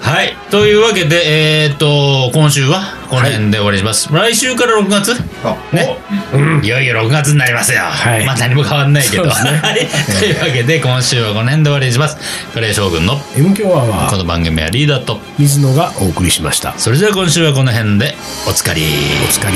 [SPEAKER 2] はい。というわけで、えーっと、今週はこの辺で終わりにします。来週から6月ね。いよいよ6月になりますよ。
[SPEAKER 1] はい
[SPEAKER 2] まあ何も変わんないけど。
[SPEAKER 1] そうです ね
[SPEAKER 2] はい。というわけで、今週はこの辺で終わりにします。カレー将軍の
[SPEAKER 1] M 強アワ
[SPEAKER 2] こ
[SPEAKER 1] ー
[SPEAKER 2] の番組はリーダーと。
[SPEAKER 1] 水野がお送りしました
[SPEAKER 2] それでは今週はこの辺で、おつかり。
[SPEAKER 1] お疲れ